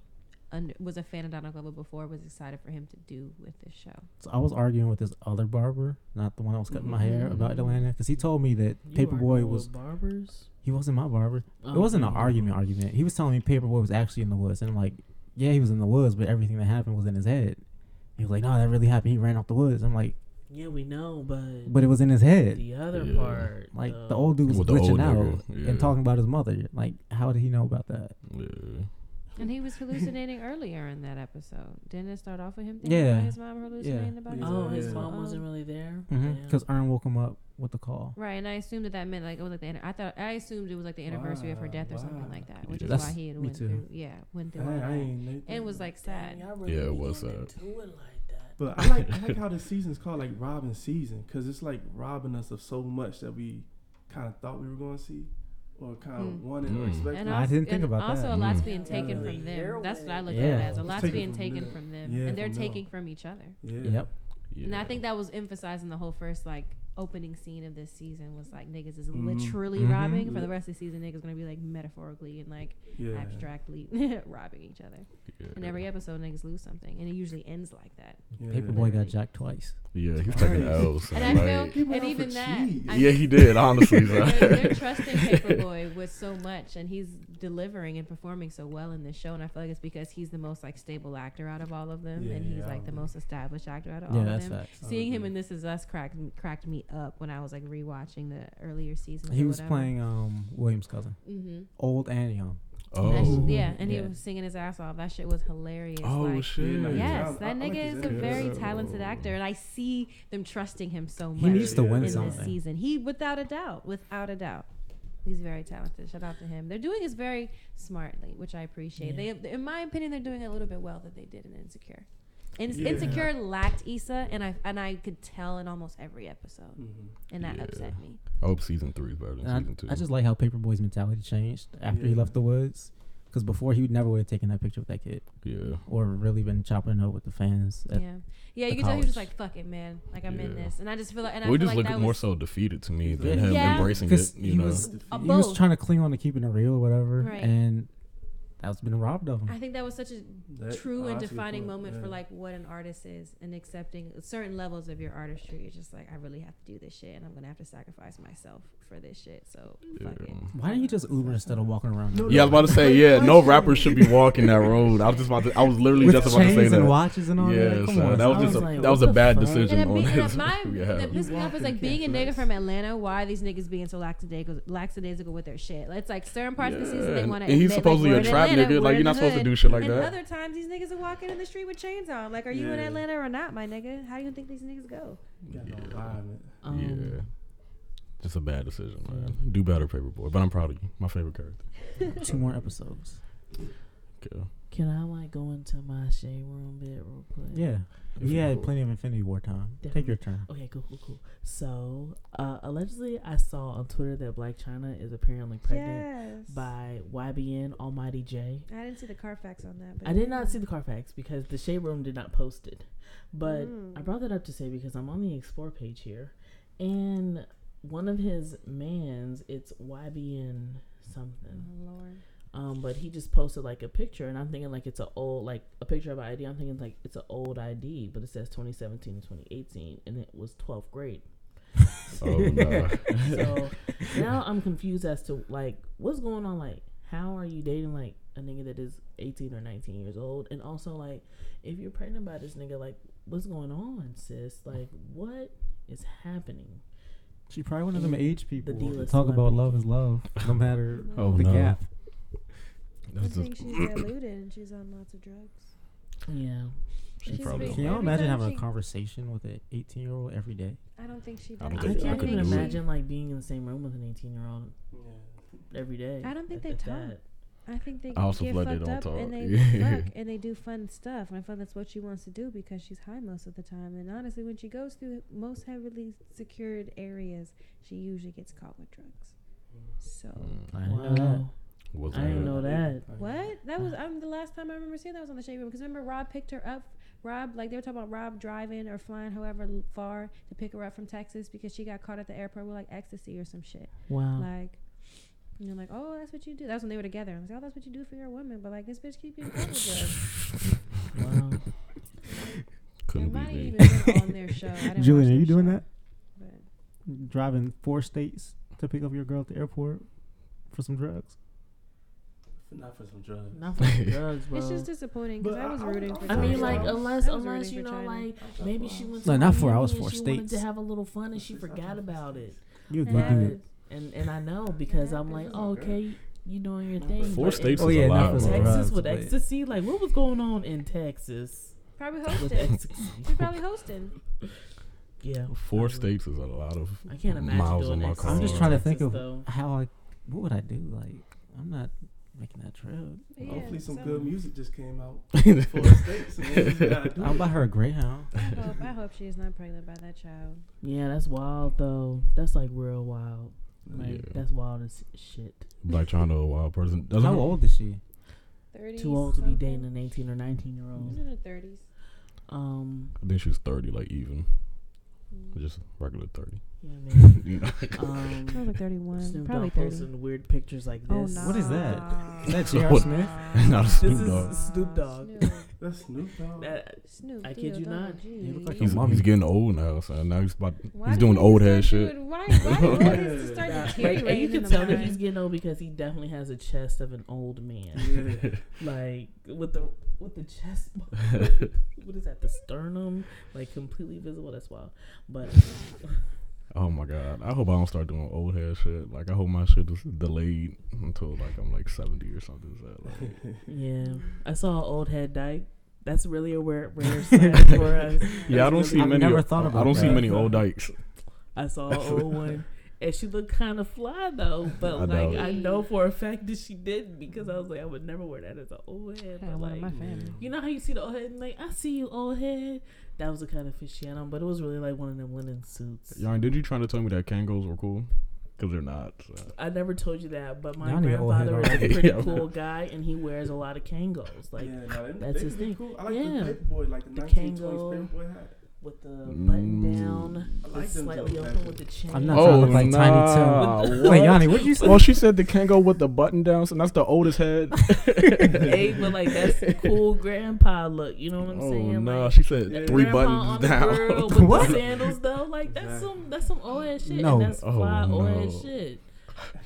under, was a fan of Donald Glover before was excited for him to do with this show. So I was arguing with this other barber, not the one that was cutting my hair, about Mhm. Atlanta because he told me that You Paperboy arguing was with barbers. he wasn't my barber. Oh, It wasn't an okay. argument. Argument. He was telling me Paperboy was actually in the woods, and I'm like, yeah, he was in the woods, but everything that happened was in his head. He was like, no, that really happened. He ran off the woods. I'm like, Yeah, we know, but but it was in his head. the other Yeah. part, Like though, the old dude was With the old glitching out nigga, yeah. and talking about his mother. Like, how did he know about that? yeah. And he was hallucinating earlier in that episode. Didn't it start off with him thinking thinking about Yeah. about his his mom hallucinating hallucinating Yeah. about his about his Oh, Yeah. his Yeah. mom wasn't really there. Mm-hmm. Damn. Because Ern woke him up with the call. Right, and I assumed that that meant like it was like the anni- I thought I assumed it was like the anniversary of her Wow, death or wow. something like that, which Yeah. is That's- why he had me went too. through yeah went I, through all I that ain't know and was that. like sad. Dang, I really Yeah, it be was getting sad. into it like that. But I like I like how the season's called like Robin season because it's like robbing us of so much that we kind of thought we were going to see, or kind of Hmm. Mm. wanted or Mm. expected. And I also, didn't think and about also that. a lot's Mm. being taken Yeah. from them. That's what I look at Yeah. it as a It's lot's taken being from taken them. from them, Yeah, and they're from them. taking from each other. yeah. Yep. Yeah. And I think that was emphasizing the whole first like opening scene of this season was like niggas is Mhm. literally Mhm. robbing. For the rest of the season, niggas gonna be like metaphorically and like Yeah. abstractly robbing each other. yeah. And every episode, niggas lose something, and it usually ends like that. Yeah. Paperboy got jacked twice. yeah, he's taking L's. And son, I feel, like- He went and out even for that, cheese. I- yeah, he did. Honestly, son. they're, they're trusting Paperboy with so much, and he's delivering and performing so well in this show. And I feel like it's because he's the most like stable actor out of all of them, Yeah, and he's yeah, I like the agree. most established actor out of yeah, all that's of them. facts. I Seeing him agree. in This Is Us cracked cracked me up when I was like rewatching the earlier seasons. He or was whatever. playing um Williams' cousin, hmm old and young. That sh- oh, yeah, and Yeah. he was singing his ass off. That shit was hilarious. oh like, shit. Yeah, Yes, I- I that like nigga his is a very energy. talented actor, and I see them trusting him so much He needs to Yeah, win yeah. in this something. season. He, without a doubt, without a doubt, he's very talented. Shout out to him. They're doing this very smartly, which I appreciate. They, in my opinion, they're doing a little bit well that they did in Insecure. In- Yeah. Insecure lacked Issa, and I and I could tell in almost every episode, Mhm. and that Yeah. upset me. I hope season three is better than And I- season two. I, just like how Paperboy's mentality changed after he Yeah. left the woods. Because before he would never would have taken that picture with that kid Yeah. or really been chopping it up with the fans. At, yeah, yeah. You the can tell he was just college. like, "Fuck it, man. Like I'm in Yeah. this," and I just feel like, and I we just feel like look that more was so defeated to me than Yeah. him Yeah. embracing 'Cause it. You he know, was- a He was both. trying to cling on to keeping it real or whatever. Right. And that's been robbed of him. I think that was such a That- true and honestly, defining moment for yeah. like what an artist is and accepting certain levels of your artistry. It's just like I really have to do this shit, and I'm gonna have to sacrifice myself for this shit. So fuck it. yeah. Why didn't you just Uber instead of walking around? No, with Yeah, I was about to say, yeah, no rapper should be walking that road. I was just about to, I was literally just about to chains say and that. watches and all Yeah, that. Come so on, that was I just a, was like, that was what a the bad fuck? decision And that, on be, his. that my yeah. that pissed me off is like being a nigga from Atlanta. Why these niggas being so lackadaisical, lackadaisical with their shit? Like, It's like certain parts of the season they and, want to. and he's supposedly a trap nigga. Like you're not supposed to do shit like and that. other times these niggas are walking in the street with chains on. Like, are you in Yeah. Atlanta or not, my nigga? How you think these niggas go? Got no environment. Um, yeah, just a bad decision, man. Do better, Paperboy. But I'm proud of you. My favorite character. two more episodes. Okay. Can I like go into my shade room bit real quick? Yeah, If we you had cool. plenty of Infinity War time. Take your turn. Okay, cool, cool, cool. So, uh, allegedly, I saw on Twitter that Black China is apparently pregnant Yes. by YBN Almighty J. I didn't see the Carfax on that. But I did not see the Carfax because the Shade Room did not post it. But Mm. I brought that up to say because I'm on the Explore page here, and one of his mans, it's YBN Oh, something. Lord. Um, but he just posted like a picture, and I'm thinking like it's a old like a picture of ID. I'm thinking like it's an old ID, but it says 2017 and 2018, and it was 12th grade. Oh no. So now I'm confused as to like what's going on. Like, how are you dating like a nigga that is 18 or 19 years old? And also like, if you're pregnant by this nigga, like, what's going on, sis? Like, what is happening? She probably one of them And age people. D-list Talk about celebrity. love is love, no matter Oh the no. gap. I That's just, think she's diluted and she's on lots of drugs. Yeah, she she's probably. big. don't Can y'all Every imagine time having she- a conversation with an 18 year old every day? I don't think she. I does. don't I think- I can't couldn't even do she- it. imagine like being in the same room with an 18 year old every day. I don't think at- they at talk. that. I think they I also get feel like they fucked don't up talk. and they Yeah. fuck and they do fun stuff. And I feel that's what she wants to do because she's high most of the time. And honestly, when she goes through most heavily secured areas, she usually gets caught with drugs. So Mm, I didn't know that. Wow, was I didn't that- know that. what? That was Uh. I'm the last time I remember seeing that was on the shade room because remember Rob picked her up. Rob, like they were talking about Rob driving or flying however l- far to pick her up from Texas because she got caught at the airport with like ecstasy or some shit. Uh. Wow. Like, you know, like, oh, that's what you do. That's when they were together. I was like, oh, that's what you do for your woman. But like, this bitch keep getting caught with drugs. Wow. Couldn't It be might have me. even been on their show. I didn't Julian, watch are you their doing show, that? but- Driving four states to pick up your girl at the airport for some drugs. Not for some drugs. Not for the drugs, bro. It's just disappointing because But I was I- I- rooting I for. I Sorry, mean, like sorry. unless I was unless rooting you for know, China. like maybe she went. To No, not four Miami hours, and four she wanted to states. have a little fun, and she forgot about it. You And do I- it. And and I know because I'm like, oh, okay, you doing your thing. Four but states Oh, is yeah, a lot. not bro. for some Texas drugs, with but- ecstasy. Like, what was going on in Texas Probably with hosting. ecstasy? She's probably hosting. Yeah, Four probably. states is a lot of I can't imagine miles doing on my ecstasy. car. I'm just trying to Texas, think of though. how I. What would I do? Like, I'm not making that trip. But yeah, Hopefully, some so- good music just came out for the states. and they just gotta do I'll it. buy her a Greyhound. I hope, I hope she is not pregnant by that child. Yeah, that's wild though. That's like real wild. Like Yeah. that's wild as shit. Black China a wild person. Doesn't How old is she? 30 Too old to be dating an 18 or 19 year In old. the thirties. Um, I think she was thirty, like even, just regular thirty. yeah, man. You know? Um, Probably like thirty-one. Snoop probably Dogg thirty. posting weird pictures like Oh this. no! What is that? Is that J.R. Smith? Not a This Snoop is Dogg. Snoop Dogg. Snoop. That's Snoop Uh, Dogg. That- Snoop I kid you Dogg, not. G. You look like a He's, Mommy. he's getting old now, son. Now he's about Why he's do doing niggas old start head shit. doing- Why? Why do niggas Yeah. start Nah, like, and you deteriorating can in tell the that he's mind? getting old because he definitely has a chest of an old man. yeah. Like with the with the chest, what is that? The sternum, like completely visible. That's wild. But Oh my god! I hope I don't start doing old head shit. Like I hope my shit is delayed until like I'm like seventy or something. So, like, yeah, I saw an old head dyke. That's really a rare rare sight for us. yeah, I don't see I've many. never thought I about don't see that. many old dykes. I saw an old one. And she looked kind of fly though, but I like know. I know for a fact that she didn't because I was like I would never wear that as an old head. Kinda But one of like, my family. You know how you see the old head and like, I see you old head. That was the kind of fish she had on, but it was really like one of them linen suits. Yarn, did you trying to tell me that Kangos were cool? because they're not. so. I never told you that, but my Y'all need an old head grandfather was a already. pretty Yeah. cool guy, and he wears a lot of Kangos, like yeah, no, they, that's they his thing. pretty Cool. I like Yeah. the paperboy, like the, The 1920s Kango. paperboy hat. with the Mm. button down, I like it's them slightly though, open man. with the chain. I'm not trying to look like Oh, nah, Tiny Tim. Wait, Yanni, what you say? Well, she said the Kango with the button down, so that's the oldest head. hey, but like that's the cool grandpa look. You know what I'm oh no, saying? Like, she said Yeah. three grandpa buttons on the down. girl with What? the sandals though, like that's Exactly. some that's some old ass shit, No. and that's Oh, fly old no. ass shit.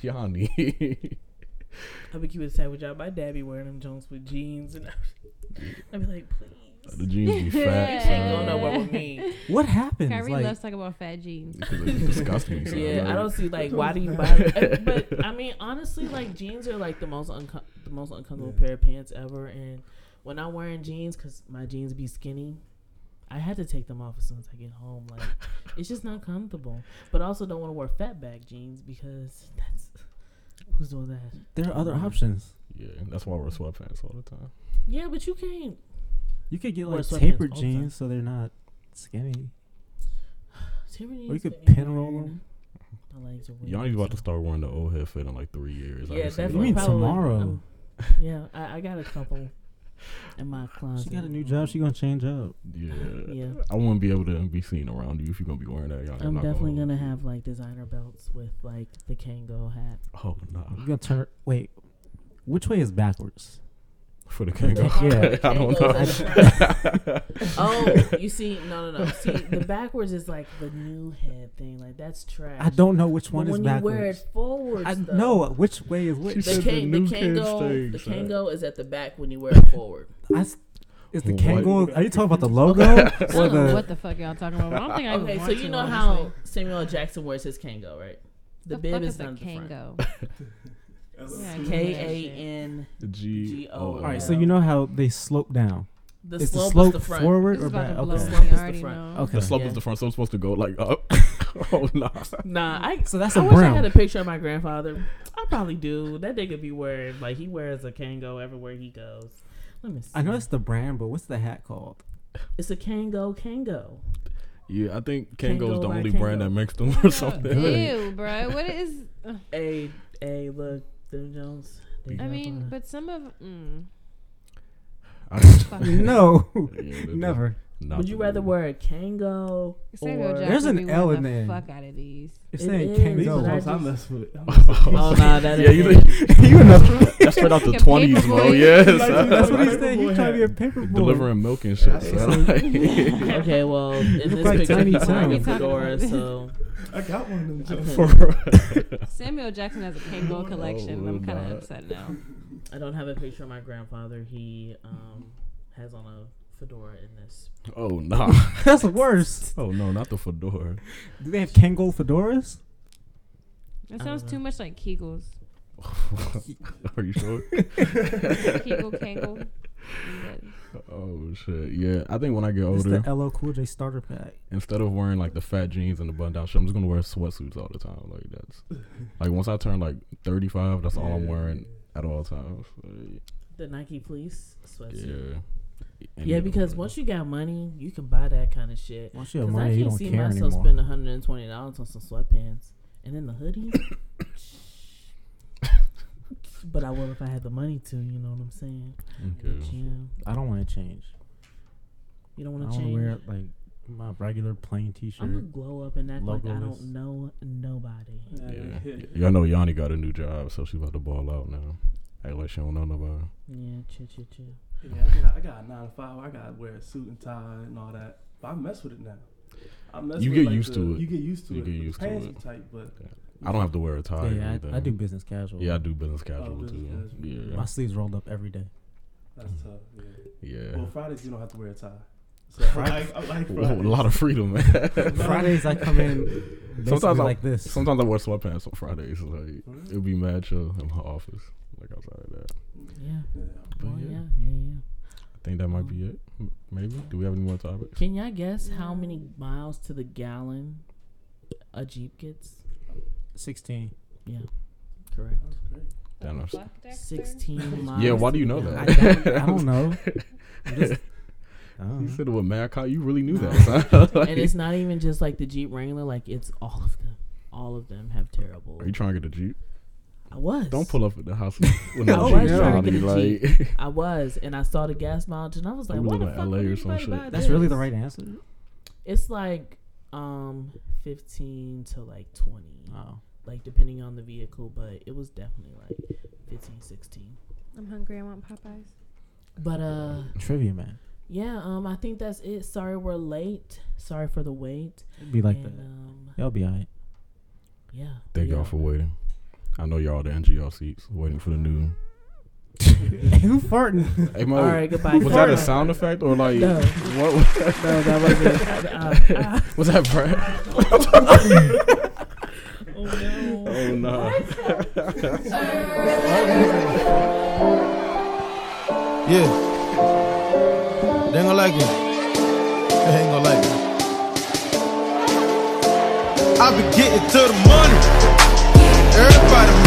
Yanni. I'd be keeping sad with y'all. My dad be wearing them Jones with jeans, and I'd be like, please, the jeans be you fat. can't go son. nowhere with me. What happens? Kyrie like, loves talking about fat jeans. 'Cause it's disgusting. son. Yeah, I Like, don't see like why do you buy? But I mean, honestly, like jeans are like the most uncom- the most uncomfortable Yeah. pair of pants ever. And when I'm wearing jeans, cause my jeans be skinny, I had to take them off as soon as I get home. Like it's just not comfortable. But I also don't want to wear fat back jeans because that's who's doing that. there are other options. Yeah, that's why I wear sweatpants all the time. Yeah, but you can't. You could get Wear like sweatpants tapered all the time. jeans so they're not skinny. Timber Or Oh, you jeans could are pin roll weird. them. My legs are weird. Yanni's about to start wearing the old head fit in like three years. I Yeah, just see it. that's You mean probably- tomorrow? um, Yeah, I, I got a couple in my closet. She Mm. got a new job. She gonna change up. Yeah. Yeah. I won't be able to be seen around you if you're gonna be wearing that. Yanni. I'm not definitely hold gonna you. have like designer belts with like the Kango hat. Oh no, You gonna turn? Wait, which way is backwards? for the Yeah. kangaroo. I don't know. oh, you see, no, no, no. See, the backwards is like the new head thing. Like that's trash. I don't know which But one when is you wear backwards. it forward, I know which way is She which. The, said the can- the new kids Kango, thing, the son. Kango is at the back when you wear it forward. I s- is the What? Kangol? Are you talking about the logo I or don't know the? what the fuck y'all talking about. but I don't think I even Okay, so want you to, know how honestly. Samuel L. Jackson wears his Kango, right? The, the fuck bib is a not the front. Kango. LLC. Yeah, K A N. G G O O. L. All right, so you know how they slope down. The is the slope is slope the front. forward This or is about to back? blow. Okay. slope is me, the I already front. know. The Okay. slope Yeah. is the front, so I'm supposed to go like up. oh no. Nah, I So that's I a wish I had brown. a picture of my grandfather. I probably do. That nigga be wearing like he wears a Kango everywhere he goes. Let me see. I know it's the brand, but what's the hat called? it's a Kango Kango. Yeah, I think Kango's Kango the by only Kango. brand that makes them or something. Ew, bro. What is? Hey, hey, look, them Jones. they I not mean, fine. but some of. Mm, I just- fuck. No, Yeah, they're never. just not would you for rather me. wear a Kango Samuel or? Jackson There's an be L wearing in the there. Fuck out of these. It You're saying is, These but are the I Kango. ones I just- mess with. Oh nah, that Yeah, ain't you it. you know, That's straight out the Like a twenties, bro. paperboy. Yes. that's what he's Paperboy saying. He's trying to be a hat. paper boy. Delivering milk and shit. That's son. okay. Well, in look this like picture, Tiny he's wearing a Tim. fedora, so I got one of them. Jones. For- Samuel Jackson has a Kango collection. and I'm we're kind not. of upset now. I don't have a picture of my grandfather. He um has on a fedora in this. oh nah. That's the worst. Oh no, not the fedora. Do they have Kangol fedoras? That I sounds don't too know. much like Kegels. Are you sure? Kegel Kangle. I'm good. Oh shit. Yeah, I think when I get It's the older, LL Cool J starter pack. instead of wearing like the fat jeans and the button down shirt, I'm just gonna wear sweatsuits all the time. Like that's like once I turn like 35, that's all I'm Yeah. wearing at all times. Like, The Nike Police sweatsuit. yeah. And Yeah, either because one. once you got money, you can buy that kind of shit. Once you have 'Cause money, I you can't don't see care myself anymore. spending one hundred and twenty dollars on some sweatpants and then the hoodie. but I will if I had the money to. You know what I'm saying? Okay. But yeah, I don't want to change. you don't want I want to to change. wear like my regular plain I'm gonna T-shirt. glow up and act like I Logos. don't know nobody. Yeah. Yeah. Y- Y'all know Yanni got a new job, so she about to ball out now. Act like she don't know nobody. Yeah, chill, chill, chill. Yeah, I got, I got a nine to five. I gotta wear a suit and tie and all that. But I mess with it now. I mess You with get like used the- to it. You get used to You it. get The used to pants it. are tight, but I don't have to wear a tie. or yeah, anything. I, I do business casual. Yeah, I do business casual business too. casual. Yeah, My sleeves rolled up every day. that's tough. Yeah. Mm. yeah. Well, Fridays you don't have to wear a tie. So I like, I like Whoa, Fridays. a lot of freedom, man. Fridays I come in basically Sometimes I- like this. Sometimes I wear sweatpants on Fridays. Like Mhm. it'll be mad chill in my office. Like outside of that, Yeah. Yeah. But Oh yeah. yeah, yeah, yeah. I think that might be it. M- Maybe. Do we have any more topics? Can y'all guess how many miles to the gallon a Jeep gets? Sixteen. Yeah, correct. That's What great. Damn, the I'm- fuck, Dexter? 16 miles. Yeah. Why do you to know the that? I don't, I don't know. I you don't know. said it with mad cop. You really knew No. that. son. and it's not even just like the Jeep Wrangler, like it's all of them. all of them have terrible. Are you trying to get a jeep? I was. Don't pull up at the house with I no was jeep trying on. to You get a like, I was, and I saw the gas mileage, and I was I like, was "Why in, the like, fuck LA would or anybody some shit. buy That's really the this? right answer. It's like um fifteen to like twenty, Oh, like depending on the vehicle, but it was definitely like 15, 16. I'm hungry. I want Popeyes. But uh, trivia man. yeah, um, I think that's it. Sorry we're late. Sorry for the wait. It'd be like and, that. Um, It'll be alright. yeah. Thank we y'all out. for waiting. I know y'all there in GR seats waiting for the new. Who farting? Hey, Mo, All right. Goodbye. was that a Florida. sound effect or like No. what? was- No, that wasn't. Uh, uh, Was that Brad? oh no. Oh no. Yeah. They ain't gonna like it. They ain't gonna like it. I be getting to the money. Everybody